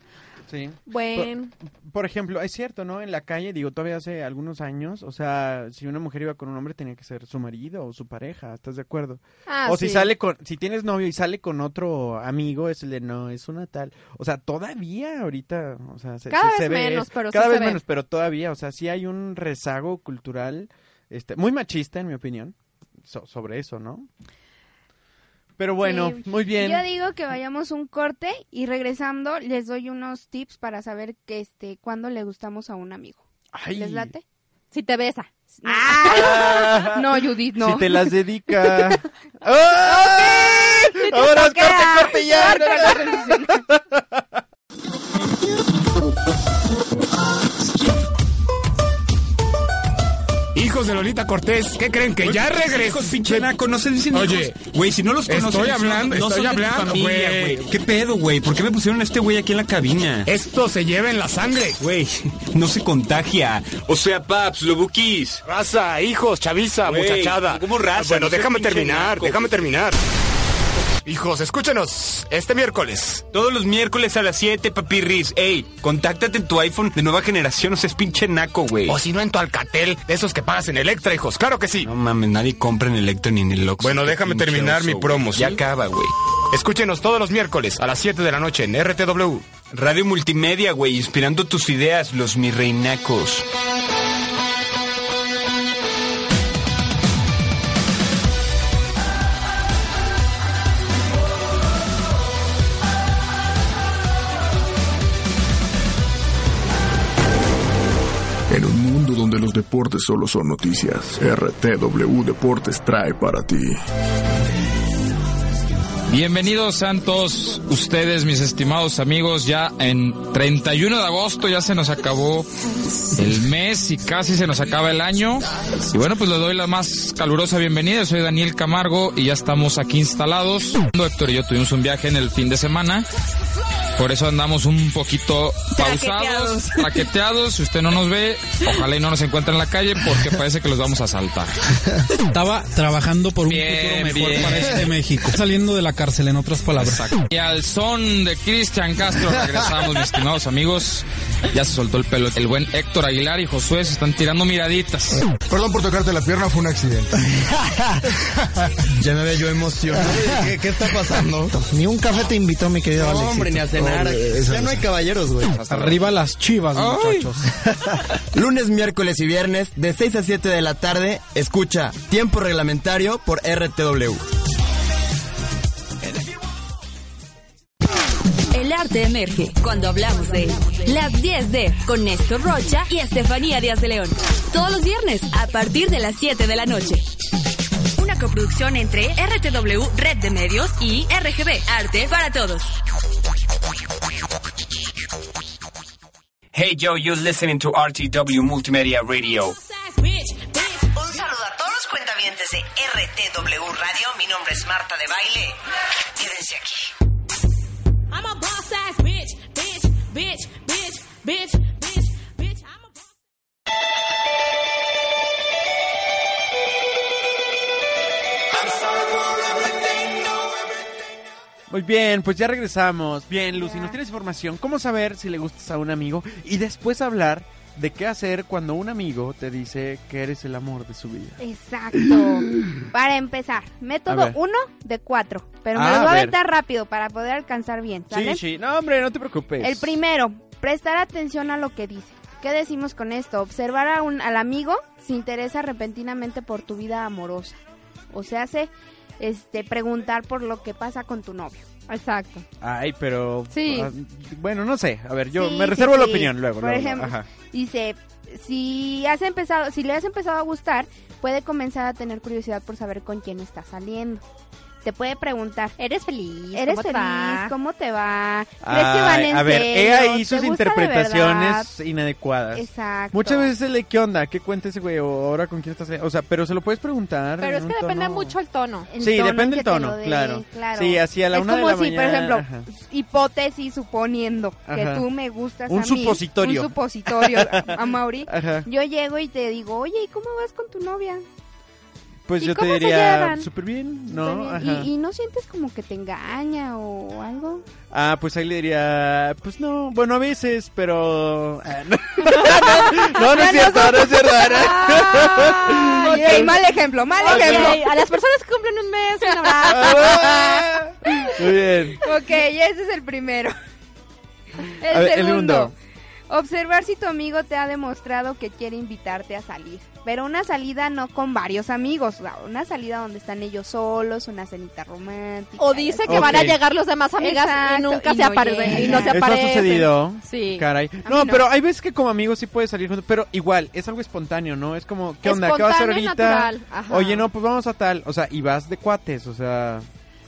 Sí. Bueno, Por ejemplo, es cierto, ¿no? En la calle, digo, todavía hace algunos años, o sea, si una mujer iba con un hombre tenía que ser su marido o su pareja, ¿estás de acuerdo? Ah, o si sí. sale con, si tienes novio y sale con otro amigo, es el de no, es una tal. O sea, todavía ahorita, o sea, se, Cada se- se vez ve menos, eso. pero sí cada se vez ve. menos, pero todavía, o sea, sí hay un rezago cultural, este, muy machista en mi opinión, so- sobre eso, ¿no? Pero bueno, Sí. muy bien. Yo digo que vayamos un corte y regresando les doy unos tips para saber que este cuándo le gustamos a un amigo. Ay. ¿Les late? si te besa. No, Judith, no. Si te las dedica. ¡Ah! ¡Ay! castellano. Hijos de Lolita Cortés, ¿qué creen que ya regresó? Pinche naco, no se dicen Oye, hijos. güey, si no los conoces. estoy hablando, no estoy son de tu hablando, familia, güey. ¿Qué pedo, güey? ¿Por qué me pusieron a este güey aquí en la cabina? Esto se lleva en la sangre. Güey, no se contagia. O sea, paps, lo buquis. Raza, hijos, chaviza, Güey, muchachada. Ah, ¿cómo raza? Bueno, No seas déjame pinche terminar, naco. déjame terminar. Hijos, escúchenos este miércoles. Todos los miércoles a las 7, papirris. Ey, contáctate en tu iPhone de nueva generación, o sea, es pinche naco, güey. O si no en tu Alcatel, de esos que pagas en Electra, hijos, claro que sí. No mames, nadie compra en Electro ni en el Oxxo. Bueno, Qué déjame pinche terminar mi güey. promo, ¿sí? Ya acaba, güey. Escúchenos todos los miércoles a las 7 de la noche en RTW. Radio Multimedia, güey, inspirando tus ideas, los mirreinacos. En un mundo donde los deportes solo son noticias, RTW Deportes trae para ti. Bienvenidos Santos, ustedes mis estimados amigos, ya en 31 de agosto ya se nos acabó el mes y casi se nos acaba el año. Y bueno, pues le doy la más calurosa bienvenida, soy Daniel Camargo y ya estamos aquí instalados. Héctor y yo tuvimos un viaje en el fin de semana. Por eso andamos un poquito pausados, paqueteados. Si usted no nos ve, ojalá y no nos encuentre en la calle porque parece que los vamos a saltar. Estaba trabajando por un Bien, futuro mejor bien. para este México. Saliendo de la cárcel, en otras palabras. Y al son de Cristian Castro regresamos, mis estimados amigos. Ya se soltó el pelo. El buen Héctor Aguilar y Josué se están tirando miraditas. Perdón por tocarte la pierna, fue un accidente. ya me veo yo emocionado. ¿Qué, está pasando? Ni un café te invitó, mi querido Alex. hombre, ni a cenar. ya no hay caballeros, güey. Arriba las chivas, muchachos. Lunes, miércoles y viernes, de 6 a 7 de la tarde, escucha Tiempo Reglamentario por RTW. El arte emerge cuando hablamos de él. Las 10 de con Néstor Rocha y Estefanía Díaz de León. Todos los viernes a partir de las 7 de la noche. Una coproducción entre RTW Red de Medios y RGB Arte para Todos. Hey, yo, you're listening to RTW Multimedia Radio. Un saludo a todos los cuentavientes de RTW Radio. Mi nombre es Marta de Baile. Quédense aquí. Muy bien, pues ya regresamos. Bien, Lucy, nos tienes información. ¿Cómo saber si le gustas a un amigo? Y después hablar de qué hacer cuando un amigo te dice que eres el amor de su vida. Exacto. Para empezar, A método ver. 1 de 4. Pero Ah, me lo voy a a ver. aventar rápido para poder alcanzar bien, ¿sale? Sí, sí. No, hombre, no te preocupes. El primero, prestar atención a lo que dice. ¿Qué decimos con esto? Observar a un, al amigo se interesa repentinamente por tu vida amorosa. O sea, hace este, preguntar por lo que pasa con tu novio. Exacto. Ay, pero... Sí. ah, bueno, no sé. A ver, yo Sí, me sí, reservo la sí. opinión luego. Por luego, ejemplo, ajá. Dice, si has empezado, si le has empezado a gustar, puede comenzar a tener curiosidad por saber con quién está saliendo. Te puede preguntar, Eres feliz. ¿eres ¿cómo te feliz? va? ¿Cómo te va? ¿Crees que van Ay, en a ver, he serio? ahí ¿Te gusta sus de verdad? interpretaciones inadecuadas. Exacto. Muchas veces le, ¿qué onda? ¿Qué cuenta ese güey? ¿O ahora con quién estás? O sea, pero se lo puedes preguntar. Pero en es un que depende tono- mucho el tono. El Sí, tono en depende que el te lo tono, dé, claro. Sí, así a la es una de como la si, mañana, por ajá. ejemplo, hipótesis suponiendo Ajá. que tú me gustas Un a mí. supositorio. Un supositorio, a, a Mauri. Ajá. Yo llego y te digo, oye, ¿y cómo vas con tu novia? Pues ¿Y yo te cómo se diría, llevan? súper bien, Está ¿no? bien. Ajá. ¿Y, y no sientes como que te engaña o algo? Ah, pues ahí le diría, pues no, bueno, a veces, pero... ah, no. no, no es cierto, no es cierto. Ah, ok, mal ejemplo, mal ejemplo. a las personas que cumplen un mes, un abrazo. Ah, Muy bien. Ok, ese es el primero. El A ver, el segundo. segundo. Observar si tu amigo te ha demostrado que quiere invitarte a salir. Pero una salida no con varios amigos. o sea, Una salida donde están ellos solos, una cenita romántica. O dice que Ok. van a llegar los demás amigas y Exacto, nunca y se no aparecen. llegan. Y no se Eso ha aparecen. sucedido. Sí. Caray. mí No, no. pero hay veces que como amigos sí puedes salir juntos, pero igual, es algo espontáneo, ¿no? Es como, ¿qué onda? ¿Qué vas a hacer Espontáneo y ahorita? natural, ajá. Oye, no, pues vamos a tal, o sea, y vas de cuates, o sea,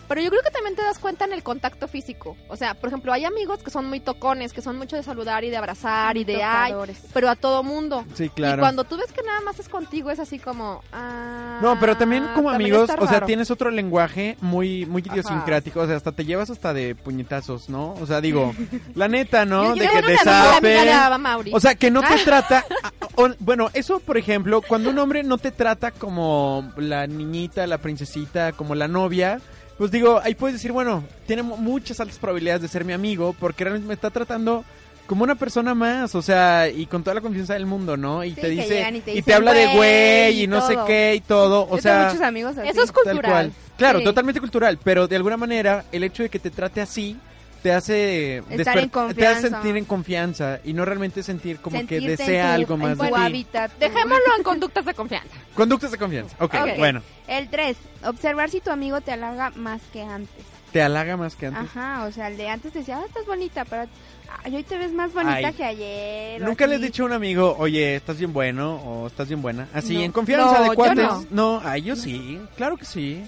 Pero yo creo que también te das cuenta en el contacto físico. O sea, por ejemplo, hay amigos que son muy tocones, que son mucho de saludar y de abrazar y Muy de ay, tocadores. pero a todo mundo. Sí, claro. Y cuando tú ves que nada más es contigo, es así como. ah, No, pero también como también amigos, está o sea, raro. tienes otro lenguaje muy muy idiosincrático, o sea, hasta te llevas hasta de puñetazos, ¿no? O sea, digo, la neta, ¿no? Yo- yo de le que doy una amiga- desape. amiga de Ava Mauri. O sea, que no te Ah. trata ah, o- bueno, eso por ejemplo, cuando un hombre no te trata como la niñita, la princesita, como la novia, pues digo, ahí puedes decir, bueno, tiene mu- muchas altas probabilidades de ser mi amigo porque realmente me está tratando como una persona más, o sea, y con toda la confianza del mundo, ¿no? Y Sí, te que dice llegan y te y te dicen, habla de "Güey", güey y y no sé todo. qué y todo, o Yo sea, tengo muchos amigos así. Eso es Tal cultural. cual. Claro, Sí. totalmente cultural, pero de alguna manera el hecho de que te trate así te hace Estar en desper- te hace confianza. sentir en confianza y no realmente sentir como que Sentirte en desea tu- algo más en de tu ti. hábitat. Dejémoslo en conductas de confianza. Conductas de confianza. Ok, Ok. bueno, El 3. Observar si tu amigo te halaga más que antes. te halaga más que antes. Ajá, o sea, el de antes decía, ah, estás bonita, pero ay, hoy te ves más bonita Ay. que ayer. o Nunca le he así. dicho a un amigo, oye, estás bien bueno o estás bien buena. Así, No. en confianza No, de yo cuates. no. no, ay, yo sí, claro que sí.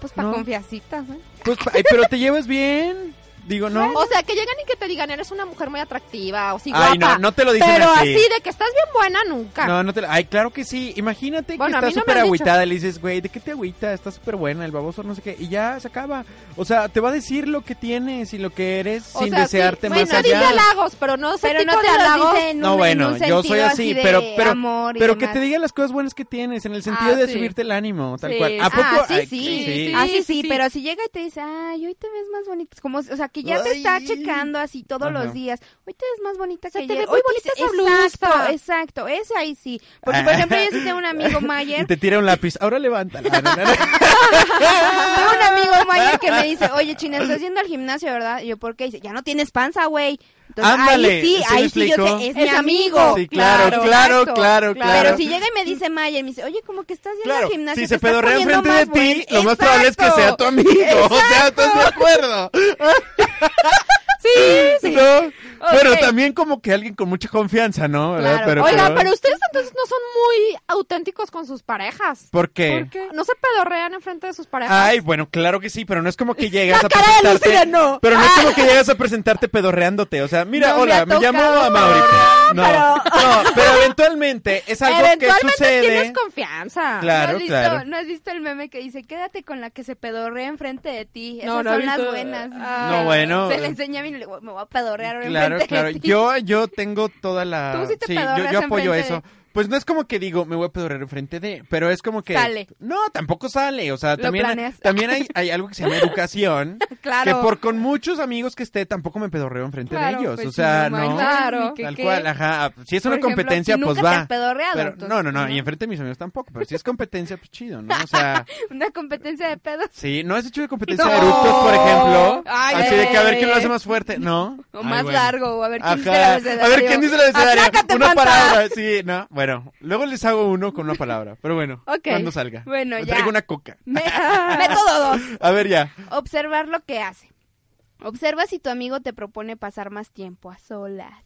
Pues para No. confiancitas, ¿eh? Pues, ay, pero te llevas bien. Digo, no. O sea, que llegan y que te digan, eres una mujer muy atractiva o sí, Ay, guapa. no, no te lo dicen Pero así. así. de que estás bien buena nunca. No, no te la- Ay, claro que sí. Imagínate Bueno, a que mí está no me súper han dicho. agüitada. Le dices, güey, ¿de qué te agüita? Está súper buena, el baboso, no sé qué. Y ya se acaba. O sea, te va a decir lo que tienes y lo que eres O sin sea, desearte sí, más bueno, allá. dice halagos, pero no sé Pero tipo no te de los halagos. dice en un- No, bueno, en un yo soy sentido así, así de pero, pero, amor y pero que demás. te diga las cosas buenas que tienes, en el sentido Ah, de sí. subirte el ánimo, tal Sí. cual. ¿A Ah, poco? sí, Ay, sí, Ah, sí, sí, pero si llega y te dice, ay, hoy te ves más bonita, pues como, o sea, que ya te está checando así todos Ajá. los días, hoy te ves más bonita sea, que te ayer. ve muy Hoy bonita dice- esa blusa. Exacto, exacto, ese ahí sí. Porque, Ah. por ejemplo, yo sí tengo un amigo Mayer, Y te tira un lápiz. Ahora levántala. No, no, no, no. tengo un amigo Mayer que me dice, oye, China, estás yendo al gimnasio, ¿verdad? Y yo, ¿por qué? Y dice, ya no tienes panza, güey. Entonces, Ándale, ahí sí, ¿sí me ahí sí yo explico? sé, es, mi Es amigo. amigo. Sí, claro, claro, exacto. claro, claro. Pero si llega y me dice Mayer, me dice, oye, como que estás yendo Claro, al gimnasio. si te se estás pedorrea poniendo enfrente de más ti, buena". lo más probable es que sea tu amigo. O sea, ¿estás de acuerdo? Sí, sí. ¿No? Pero Ok. también como que alguien con mucha confianza, ¿no? ¿Verdad? Claro. Oiga, pero ustedes entonces no son muy auténticos con sus parejas. ¿Por qué? ¿Por qué? ¿No se pedorrean enfrente de sus parejas? Ay, bueno, claro que sí, pero no es como que llegas La a cara de presentarte. Lucía, no. Ah. Pero no es como que llegas a presentarte pedorreándote. O sea, mira, No me hola, ha me, llamo tocado. Ah, a Mauri. No, no, pero eventualmente es algo que Eventualmente sucede. tienes confianza. Claro, ¿No has visto, claro. ¿No has visto el meme que dice, quédate con la que se pedorrea enfrente de ti? Esas No, no he son las visto. ah, buenas. No, bueno. Se le enseña a mí y le digo, me voy a pedorrear Claro, enfrente claro. de ti. Yo, yo tengo toda la. Tú sí te yo, pedorreas yo apoyo enfrente eso. Pues no es como que digo, me voy a pedorrear enfrente de, pero es como que. Sale. No, tampoco sale. O sea, Lo también, planeas. también hay, hay algo que se llama educación. Claro. Que por con muchos amigos que esté, tampoco me pedorreo enfrente Claro, de ellos. pues, o sea, no, no. claro. Tal ¿Qué? cual, ajá. Si es Por una ejemplo, competencia, aquí nunca pues te va. has pedorreado, Pero- entonces, no, no, no. Y enfrente de mis amigos tampoco. Pero si es competencia, pues chido, ¿no? O sea. Una competencia de pedos. Sí, no has hecho de competencia de No. eructos, por ejemplo. Ay, así de que a ver eh. quién lo hace más fuerte, ¿no? O más largo, o a ver quién dice Ajá. la abecedario. A ver quién dice el abecedario. Aplácate, Una panza. palabra, sí, no. Bueno, luego les hago uno con una palabra. Pero bueno, Ok. cuando salga. Bueno, Me ya. Traigo una coca. Me- Método 2. A ver, ya. Observar lo que hace. Observa si tu amigo te propone pasar más tiempo a solas.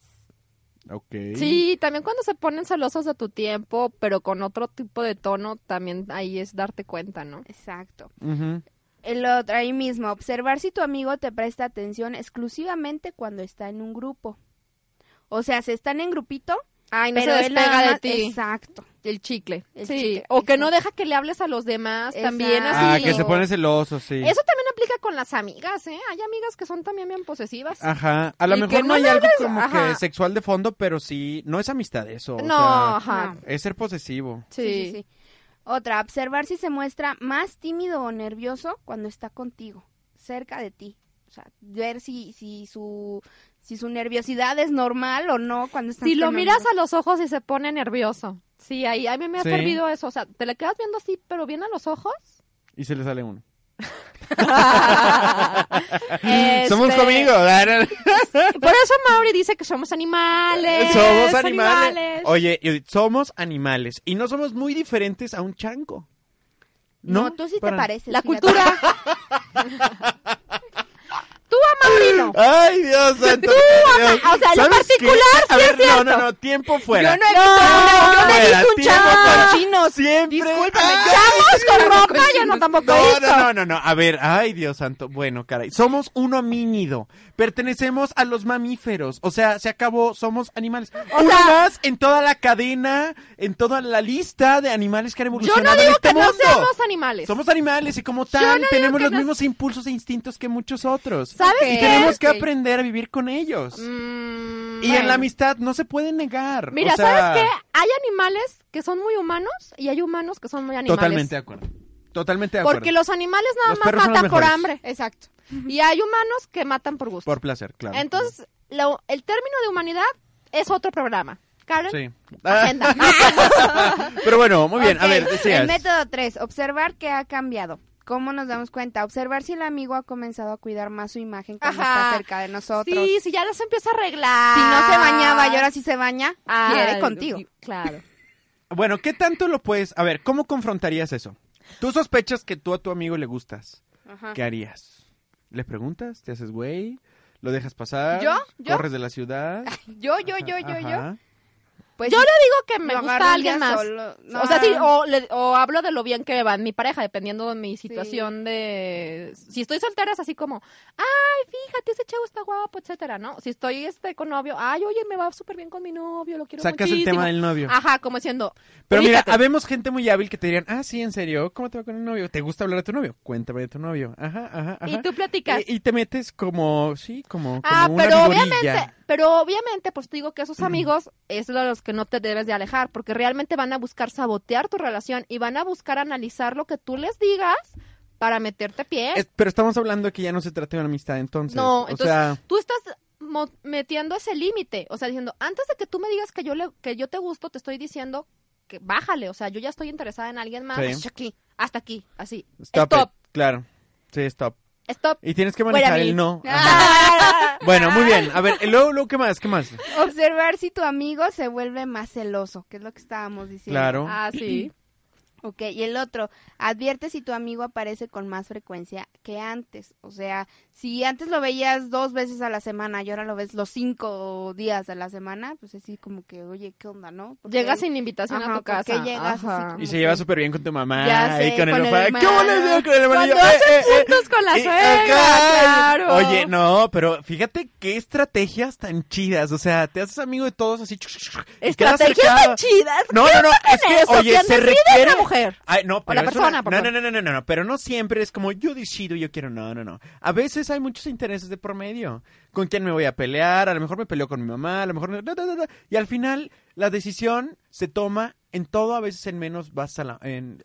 Ok. Sí, también cuando se ponen celosos de tu tiempo, pero con otro tipo de tono, también ahí es darte cuenta, ¿no? Exacto. El otro, ahí mismo, observar si tu amigo te presta atención exclusivamente cuando está en un grupo. O sea, se están en grupito, Ay, no pero se él nada despega de más- ti. Exacto. El chicle. El sí. chicle, O que no deja que le hables a los demás también. Exacto. Así. Ah, que se pone celoso, sí. Eso también aplica con las amigas, ¿eh? Hay amigas que son también bien posesivas. Ajá. A lo Y mejor que no hay le algo hables- como ajá. que sexual de fondo, pero sí. No es amistad eso. o No, sea, ajá. Es ser posesivo. Sí. Sí, sí, sí. Otra, observar si se muestra más tímido o nervioso cuando está contigo, cerca de ti. O sea, ver si, si su si su nerviosidad es normal o no cuando estás Si lo con miras amigos. a los ojos y se pone nervioso. Sí, ahí a mí me ha Sí. servido eso. O sea, te le quedas viendo así, pero bien a los ojos. Y se le sale uno. Este- Somos conmigo. Por eso Mauri dice que somos Eh, animales. Somos animales. Oye, y somos animales. Y no somos muy diferentes a un chanco. No, tú sí Para- te pareces. La fíjate. cultura. Tú a Mauri no. Ay, Dios santo. Dios. o sea, en ¿Sabes particular qué? A sí es ver, no, no, cierto. no, tiempo fuera. Yo no he visto una- yo no he Fuera, visto un tiempo chango fuera. con chinos. Siempre. Discúlpame, Ay, changos con ropa, yo no este no, tampoco he No, visto. no, no, no, no. A ver, ay, Dios santo. Bueno, caray. Somos un homínido. Pertenecemos a los mamíferos. O sea, se acabó. Somos animales. Uno más en toda la cadena, en toda la lista de animales que han Yo evolucionado no digo en este que no mundo. seamos animales. Somos animales y como no tal digo tenemos que los no- mismos impulsos e instintos que muchos otros. ¿Sabes Y qué? tenemos que Ok. Mm, aprender a vivir con ellos. y en bueno. la amistad no se puede negar. Mira, O sea, ¿sabes qué? Hay animales que son muy humanos y hay humanos que son muy animales. Totalmente de acuerdo. Totalmente de acuerdo. Porque los animales nada Los más perros son los matan por mejores. hambre. Exacto. Y hay humanos que matan por gusto. Por placer, claro. Entonces, lo- el término de humanidad es otro programa. Karen, Sí. agenda. Pero bueno, muy bien. Ok, A ver, decías. El método 3, observar qué ha cambiado. ¿Cómo nos damos cuenta? Observar si el amigo ha comenzado a cuidar más su imagen cuando Ajá. está cerca de nosotros. sí, si ya los empieza a arreglar. Si no se bañaba y ahora sí se baña, Ah, quiere contigo. Claro. Bueno, ¿qué tanto lo puedes? A ver, ¿cómo confrontarías eso? Tú sospechas que tú a tu amigo le gustas. Ajá. ¿Qué harías? ¿Le preguntas? ¿Te haces güey? Pues ¿Lo dejas pasar? ¿Yo? ¿Yo? ¿Corres de la ciudad? Yo, yo, yo, yo, yo. Ajá. Pues yo sí. le digo que me Lo agarro gusta un alguien día más. solo. No. O sea, sí, o, le- o hablo de lo bien que va mi pareja, dependiendo de mi situación de... Si estoy soltera es así como, ay, fíjate, ese chavo está guapo, etcétera, ¿no? Si estoy este con novio, ay, oye, me va súper bien con mi novio, lo quiero Sacas el muchísimo". Ah, tema del novio. Ajá, como siendo... Pero mira, ubícate. habemos gente muy hábil que te dirían, ah, sí, en serio, ¿cómo te va con el novio? ¿Te gusta hablar a tu novio? Cuéntame de tu novio. Ajá, ajá, ajá. Y tú platicas. Y, y te metes como, sí, como, como Ah, una pero vigorilla. obviamente, pero obviamente, pues te digo que esos amigos es de los que no te debes de alejar, porque realmente van a buscar sabotear tu relación y van a buscar analizar lo que tú les digas para meterte pie. Es- pero estamos hablando que ya no se trata de una amistad entonces. no, o entonces sea, tú estás mo- metiendo ese límite, o sea, diciendo, antes de que tú me digas que yo le, que yo te gusto, te estoy diciendo que bájale, o sea, yo ya estoy interesada en alguien más, Sí. hasta aquí, hasta aquí, así. stop, Stop, it, Claro. Sí, stop. stop. Y tienes que Fuera manejar mí. el no. Bueno, muy bien. A ver, y luego, luego, ¿qué más? ¿Qué más? Observar si tu amigo se vuelve más celoso, que es lo que estábamos diciendo. Claro. Ah, sí. Ok, y el otro, advierte si tu amigo aparece con más frecuencia que antes. O sea, si antes lo veías dos veces a la semana y ahora lo ves los cinco días de la semana, pues así como que, oye, ¿qué onda, no? ¿Por qué- Llegas sin invitación Ajá, a tu ¿por qué casa. llegas así Ajá. como Y se lleva súper bien con tu mamá. Ya sé, y con, el con el papá. ¿Qué hermano. bueno es con el hermano? Cuando hacen juntos con la eh, suegra, acá. claro. Oye, no, pero fíjate qué estrategias tan chidas. O sea, te haces amigo de todos así. chuc, chuc, chuc, y quedas Estrategias cercado. tan chidas. No, ¿Qué no, no. onda Es con que, eso? oye, ¿Quién se decide? requiere. ¿La mujer? Ay, no, pero la eso persona, no, por no, no, favor. no, no, no, no, no, Pero no siempre es como yo decido, yo quiero. No, no, no. A veces hay muchos intereses de por medio. ¿Con quién me voy a pelear? A lo mejor me peleo con mi mamá, a lo mejor. no- da, da, da, da. Y al final, la decisión se toma en todo, a veces en menos. Basa la, en,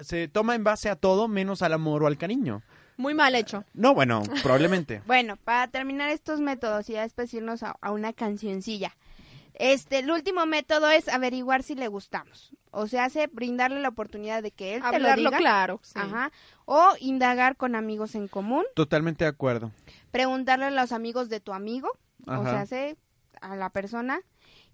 se toma en base a todo, menos al amor o al cariño. Muy mal hecho. No, bueno, probablemente. Bueno, para terminar estos métodos y ya después irnos a, a una cancioncilla. Este, el último método es averiguar si le gustamos. O sea, hace brindarle la oportunidad de que él te Hablarlo lo diga. claro, sí. Ajá. O indagar con amigos en común. Totalmente de acuerdo. Preguntarle a los amigos de tu amigo. O Ajá. sea, hace a la persona.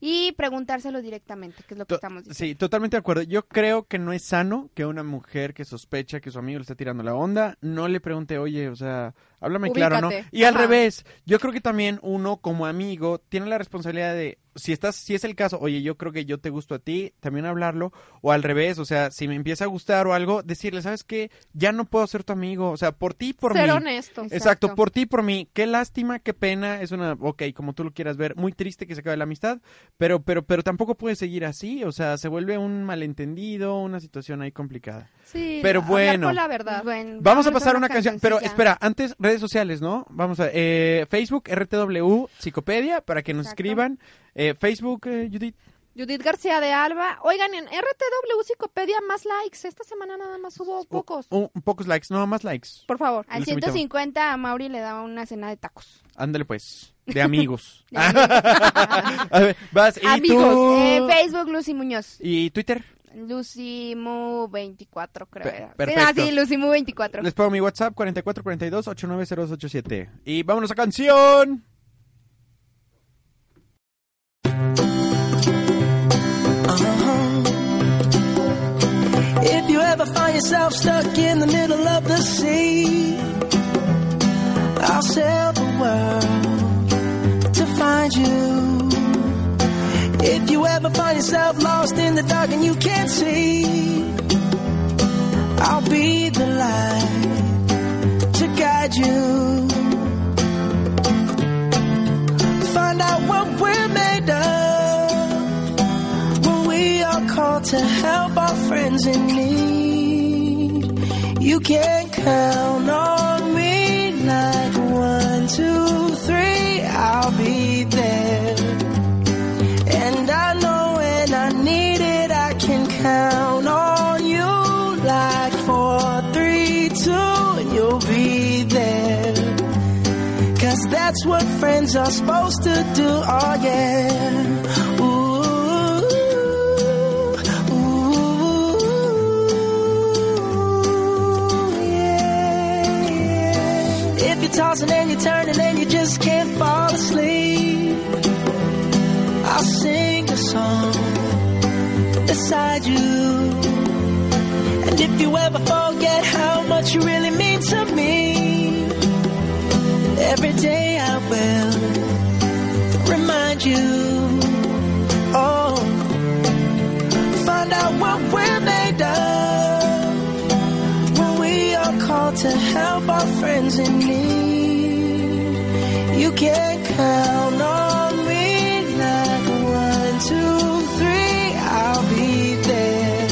Y preguntárselo directamente, que es lo que To- estamos diciendo. Sí, totalmente de acuerdo. Yo creo que no es sano que una mujer que sospecha que su amigo le está tirando la onda no le pregunte, oye, o sea, háblame claro, ¿no? Ubícate. Y al Ajá. revés, yo creo que también uno como amigo tiene la responsabilidad de, si estás, si es el caso, oye, yo creo que yo te gusto a ti, también hablarlo, o al revés, o sea, si me empieza a gustar o algo, decirle, ¿sabes qué? Ya no puedo ser tu amigo, o sea, por ti, y por Ser mí. honesto. Exacto. Exacto. por ti, y por mí. Qué lástima, qué pena. Es una, ok, como tú lo quieras ver, muy triste que se acabe la amistad, pero, pero, pero tampoco puede seguir así. O sea, se vuelve un malentendido, una situación ahí complicada. Sí, Pero hablar Pues bueno. con la verdad. Vamos a pasar a una canción, pero espera, antes redes sociales, ¿no? Vamos a eh, Facebook, RTW, Psicopedia, para que nos escriban. Eh, Facebook, eh, Judith. Judith García de Alba. Oigan, en RTW Psicopedia más likes. Esta semana nada más Oh. hubo pocos. Un, pocos likes, no, más likes. Por favor. Al Les invitamos. 150 a Mauri le daba una cena de tacos. Ándale pues, de amigos. a ver, vas, y tú. Amigos. Eh, Facebook, Lucy Muñoz. Y Twitter. Lucimu24, creo. Pe- era. perfecto. Sí, ah, sí, Lucimu24. Les pongo mi WhatsApp 4442-890287. Y vámonos a canción. If you ever find yourself stuck in the middle of the sea, I'll sail the world to find you. If you ever find yourself lost in the dark and you can't see, I'll be the to light to guide you. Find out what we're made of when we are called to help our friends in need. You can count on me like one, two, three, I'll be there. And I know when I need it, I can count on you. Like four, three, two, and you'll be there. Cause that's what friends are supposed to do, oh yeah. Ooh, ooh, yeah, yeah. If you're tossing and you're turning and you just can't fall asleep. I'll sing a song beside you. And if you ever forget how much you really mean to me, every day I will remind you. Oh, find out what we're made of when we are called to help our friends in need. You can count on me like one, two, three, I'll be there.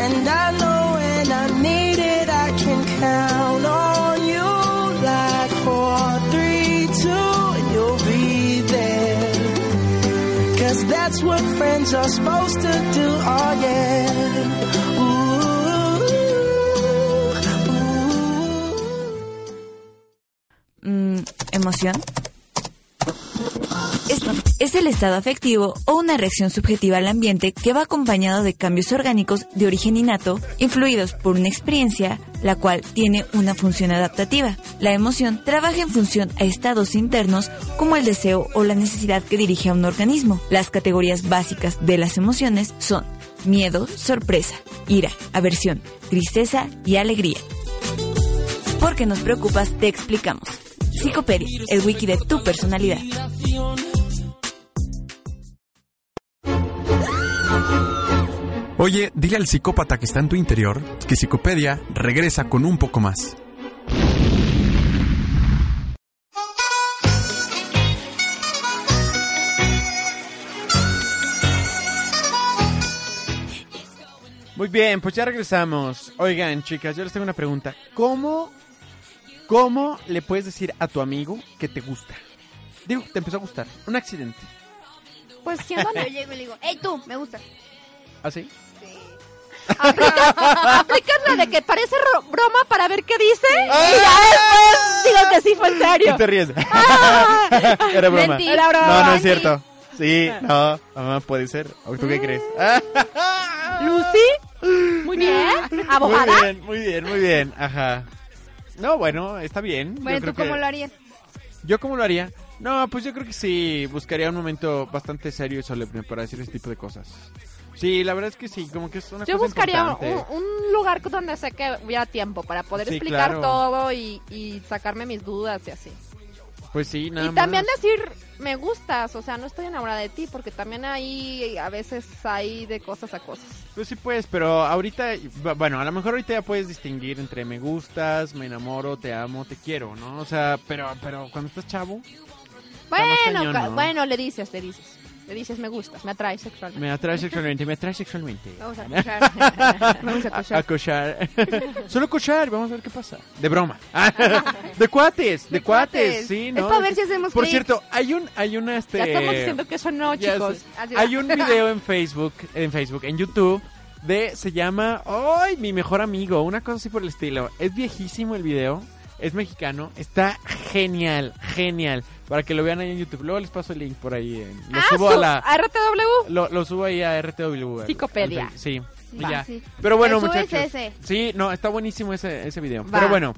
And I know when I need it, I can count on you like four, three, two, and you'll be there. Cause that's what friends are supposed to do, oh yeah. Mm, ¿Emoción? Es, es el estado afectivo o una reacción subjetiva al ambiente que va acompañado de cambios orgánicos de origen innato, influidos por una experiencia, la cual tiene una función adaptativa. La emoción trabaja en función a estados internos como el deseo o la necesidad que dirige a un organismo. Las categorías básicas de las emociones son miedo, sorpresa, ira, aversión, tristeza y alegría. Porque nos preocupas, te explicamos. Psicoperia, el wiki de tu personalidad. Oye, dile al psicópata que está en tu interior que Psicopedia regresa con un poco más. Muy bien, pues ya regresamos. Oigan, chicas, yo les tengo una pregunta. ¿Cómo, cómo le puedes decir a tu amigo que te gusta? Digo, te empezó a gustar. Un accidente. Pues siendo yo llego y le digo, hey tú, me gusta. ¿Así? Aplicas la de que parece ro- broma para ver qué dice ¡Ah! y ya después digo que sí fue en serio. ¡Ah! Y te ríes. Ah. Era broma. Mentira, Era broma. No, no es cierto. Sí, no, mamá, puede ser. ¿O Mm, ¿Tú qué crees? Ah, Lucy, muy bien, abogada. Muy bien, muy bien, muy bien. Ajá. No, bueno, está bien. Yo Bueno, creo ¿tú cómo que- lo harías? ¿Yo cómo lo haría? No, pues yo creo que sí, buscaría un momento bastante serio y solemne para decir ese tipo de cosas. Sí, la verdad es que sí, como que es una Yo cosa buscaría importante. un, un lugar donde sé que hubiera tiempo para poder Sí, explicar claro. todo y, y sacarme mis dudas y así. Pues sí, nada y también decir, me gustas, o sea, no estoy enamorada de ti, porque también ahí a veces hay de cosas a cosas. Pues sí, pues, pero ahorita, bu- bueno, a lo mejor ahorita ya puedes distinguir entre me gustas, me enamoro, te amo, te quiero, ¿no? O sea, pero, pero cuando estás chavo, más Bueno, cañón, ca- ¿no? bueno, le dices, le dices. Le dices, me gustas, me atraes sexualmente. me atrae sexualmente, me atrae sexualmente. Vamos a cochar. Vamos a cochar. cochar. Solo cochar, vamos a ver qué pasa. De broma. de cuates, de, cuates. cuates. sí, Es ¿no? pa' ver si hacemos Por clic. cierto, hay un, hay una, este... Ya estamos diciendo que eso no, Ya Oh, chicos. sé. Hay un video en Facebook, en Facebook, en YouTube, de se llama ¡Ay, mi mejor amigo! Una cosa así por el estilo. Es viejísimo el video, es mexicano, está genial, genial. Para que lo vean ahí en YouTube. Luego les paso el link por ahí. eh. Lo Ah, subo a su- la a RTW. lo, lo subo ahí a RTW. al- Psicopedia. al Face- Sí. y Va. ya. Sí. Pero bueno, Te subes muchachos. ese. Sí, no, está buenísimo ese, ese video. Va. Pero bueno,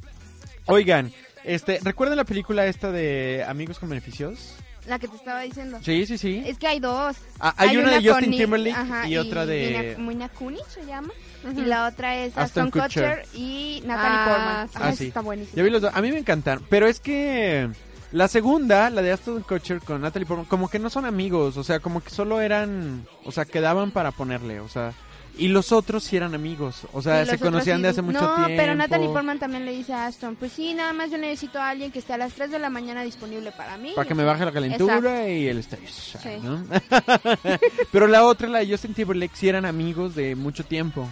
oigan, este, ¿recuerdan la película esta de Amigos con Beneficios? La que te estaba diciendo. Sí, sí, sí. Es que hay dos. Ah, hay una de Justin con Ni- Timberlake ajá, y otra de- Nina- Nina Kunich se llama. Y la otra es Ashton Aston, Kutcher. Kutcher. y Natalie Ah, Portman. Ah, Ay, sí. Está buenísimo. Ya vi los dos. A mí me encantan. Pero es que la segunda, la de Aston Kutcher con Natalie Portman, como que no son amigos. O sea, como que solo eran. O sea, quedaban para ponerle. O sea. Y los otros sí eran amigos. O Y sea, los se otros conocían sí de hace dicen, mucho no, tiempo. pero Natalie Portman también le dice a Ashton, pues sí, nada más yo necesito a alguien que esté a las 3 de la mañana disponible para mí. Para que me baje la calentura Exacto. y el estrés. Sí. ¿no? Pero la otra, la de Justin Timberlake, sí eran amigos de mucho tiempo.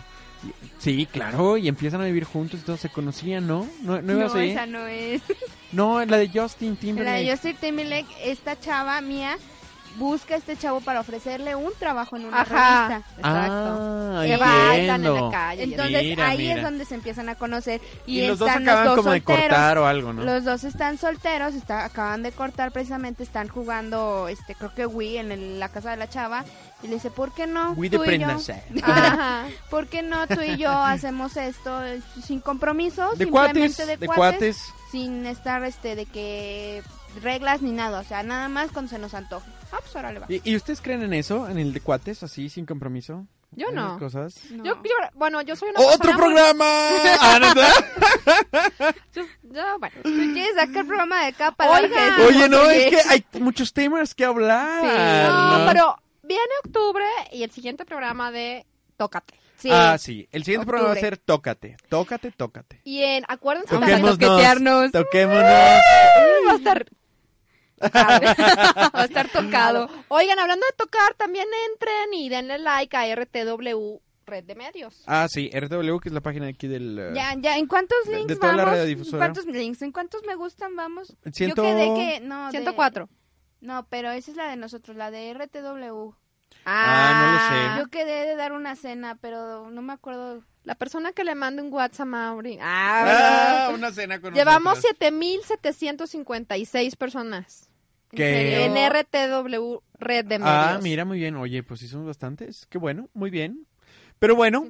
Y- Sí, claro, y empiezan a vivir juntos, entonces se conocían, ¿no? No, no, ibas No, ahí? esa no es. No, la de Justin La Timberlake. de Justin Timberlake, esta chava mía busca a este chavo para ofrecerle un trabajo en una Ajá, revista. Ah, Que bailan entiendo. en la calle. Entonces ahí es donde se empiezan a conocer y, Y los dos están acaban los dos como de solteros. cortar o algo, ¿no? Los dos están solteros, está- acaban de cortar precisamente, están jugando, este, creo que Wii en el- la casa de la chava y le dice, ¿por qué no? Wii tú y de yo? prendas, eh. Ajá. ¿Por qué no tú y yo hacemos esto eh, sin compromiso? De simplemente cuates, de de cuates, cuates. sin estar, este, de que reglas ni nada, o sea, nada más cuando se nos antoje. Ah, pues órale va. ¿Y, y ustedes creen en eso? ¿En el de cuates, así, sin compromiso? Yo ¿En no. esas cosas? Yo, yo- bueno, yo soy una ¡Otro persona muy- programa! Ah, ¿no está? No, bueno, tú quieres sacar el programa de acá para Oigan. que- Oye, no, Oye. es que hay muchos temas que hablar. No, Ah, ¿no? pero viene octubre y el siguiente programa de Tócate. Ah, sí. El siguiente programa va a Octubre. ser Tócate, Tócate, Tócate. Y en, acuérdense también Toquémonos. toquetearnos. Toquémonos. Va a estar padre. Va a estar tocado. Oigan, hablando de tocar, también entren y denle like a RTW Red de Medios. Ah, sí, RW, que es la página de aquí del... eh, Ya, ya, ¿en cuántos De- de links toda la vamos? ¿En radiodifusora. cuántos links? ¿En cuántos me gustan vamos? Ciento- Yo quedé que... No, Ah, de- 104. No, pero esa es la de nosotros, la de RTW. Ah, no lo sé. Yo quedé de dar una cena, pero no me acuerdo. La persona que le mande un WhatsApp a Mauri. Ah, Ah, una cena con Llevamos nosotras. 7.756 personas. ¿Qué? En RTW Red de Medios. Ah, mira, muy bien. Oye, pues sí son bastantes. Qué bueno, muy bien. Pero bueno,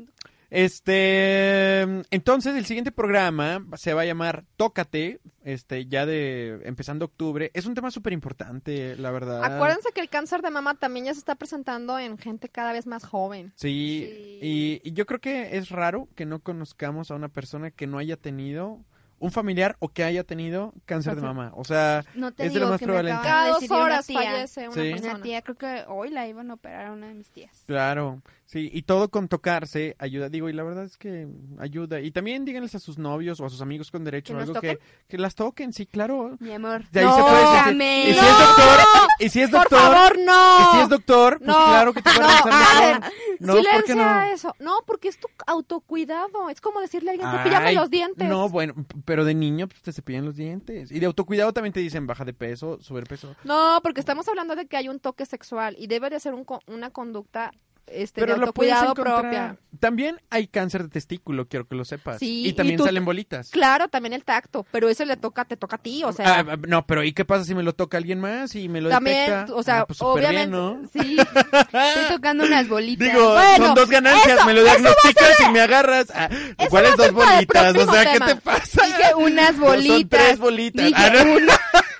este... Entonces, el siguiente programa se va a llamar Tócate, este, ya de... Empezando octubre. Es un tema súper importante, la verdad. Acuérdense que el cáncer de mama también ya se está presentando en gente cada vez más joven. Sí, Y, y yo creo que es raro que no conozcamos a una persona que no haya tenido un familiar o que haya tenido cáncer de Ajá. mama. O sea, No te es de digo lo más que me probable. acaban Cada de dos decir de Ah, una horas tía. fallece una Sí. persona. Una tía, creo que hoy la iban a operar a una de mis tías. Claro, sí, y todo con tocarse ayuda, digo, y la verdad es que ayuda. Y también díganles a sus novios o a sus amigos con derecho ¿Que o nos algo que, toquen? que las toquen, sí, claro. Mi amor. De ahí se puede sentir- Amén. Y si es doctor, y si es Por doctor, favor, no. y si es doctor, pues No, claro que te van a no, besar, a ver, no, no, ¿por qué Silencio no? a eso. No, porque es tu autocuidado. Es como decirle a alguien, cepíllame Ay, los dientes. No, bueno, p- pero de niño pues, te cepillan los dientes. Y de autocuidado también te dicen baja de peso, subir peso. No, porque estamos hablando de que hay un toque sexual y debe de ser un co- una conducta este, Pero de lo puedes autocuidado encontrar. propia. También hay cáncer de testículo, quiero que lo sepas. Sí, y también y tú- salen bolitas. Claro, también el tacto, pero eso le toca, te toca a ti, o sea. Ah, ah, no, pero ¿y qué pasa si me lo toca alguien más y me lo También, detecta? o sea, Ah, pues, súper bien, obviamente, ¿no? sí. Estoy tocando unas bolitas. Digo, Bueno, son dos ganancias, eso- me lo eso va a diagnosticas y me agarras. Ah, ¿Cuáles dos para el bolitas? O próximo sea, ¿qué tema. te pasa? Dije unas No, son bolitas. tres bolitas. Dije Ah, no.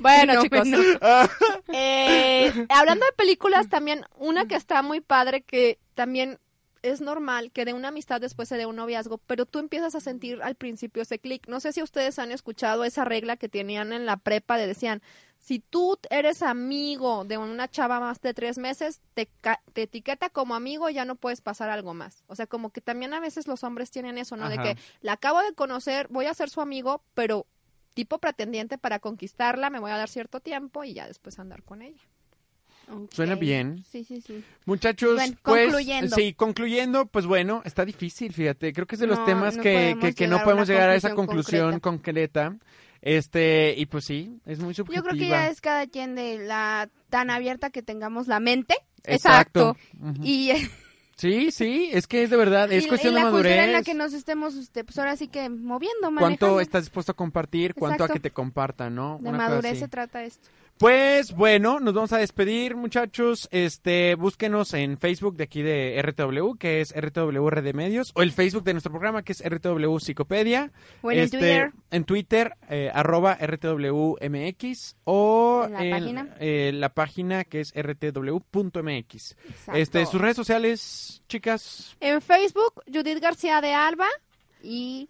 Bueno, No, chicos. pues, no. Eh, hablando de películas, también una que está muy padre, que también es normal que de una amistad después se dé un noviazgo, pero tú empiezas a sentir al principio ese clic. No sé si ustedes han escuchado esa regla que tenían en la prepa de decían, si tú eres amigo de una chava más de tres meses, te, ca- te etiqueta como amigo, ya no puedes pasar algo más. O sea, como que también a veces los hombres tienen eso, ¿no? De Ajá. que la acabo de conocer, voy a ser su amigo, pero tipo pretendiente para conquistarla, me voy a dar cierto tiempo y ya después andar con ella. Suena bien. Sí, sí, sí. Muchachos, Bueno, pues, concluyendo. sí, concluyendo, pues bueno, está difícil, fíjate, creo que es de los No, temas no que, podemos que, que llegar no a podemos una llegar a esa conclusión conclusión concreta. Este, y pues sí, es muy subjetiva. Yo creo que ya es cada quien de la tan abierta que tengamos la mente. Exacto. Ujú. Y, eh, Sí, sí, es que es de verdad, es y- cuestión y la de cultura madurez. en la que nos estemos, este, pues ahora sí que moviendo, manejando. ¿Cuánto estás dispuesto a compartir? ¿Cuánto a Exacto. que te compartan, no? De Una cosa madurez así. se trata esto. Pues bueno, nos vamos a despedir, muchachos. Este, búsquenos en Facebook de aquí de RTW, que es RTW Red de Medios, o el Facebook de nuestro programa, que es RTW Psicopedia. O en el Este, Twitter. En Twitter, eh, arroba RTWMX, o En la página. eh, la página que es RTW.mx. Exacto. Este, sus redes sociales, chicas. En Facebook, Judith García de Alba. Y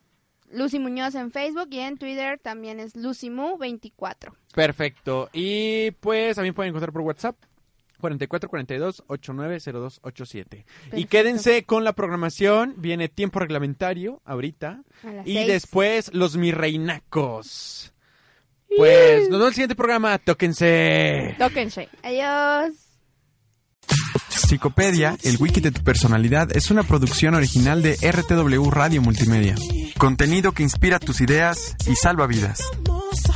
Lucy Muñoz en Facebook y en Twitter también es lucymu24. Perfecto. Y pues también pueden encontrar por WhatsApp. 4442-890287. Y quédense con la programación. Viene tiempo reglamentario ahorita. A las Y seis. después los mi reinacos. Pues nos vemos en el siguiente programa. Tóquense. Tóquense. Adiós. Psicopedia, el wiki de tu personalidad, es una producción original de RTW Radio Multimedia. Contenido que inspira tus ideas y salva vidas. hermosa.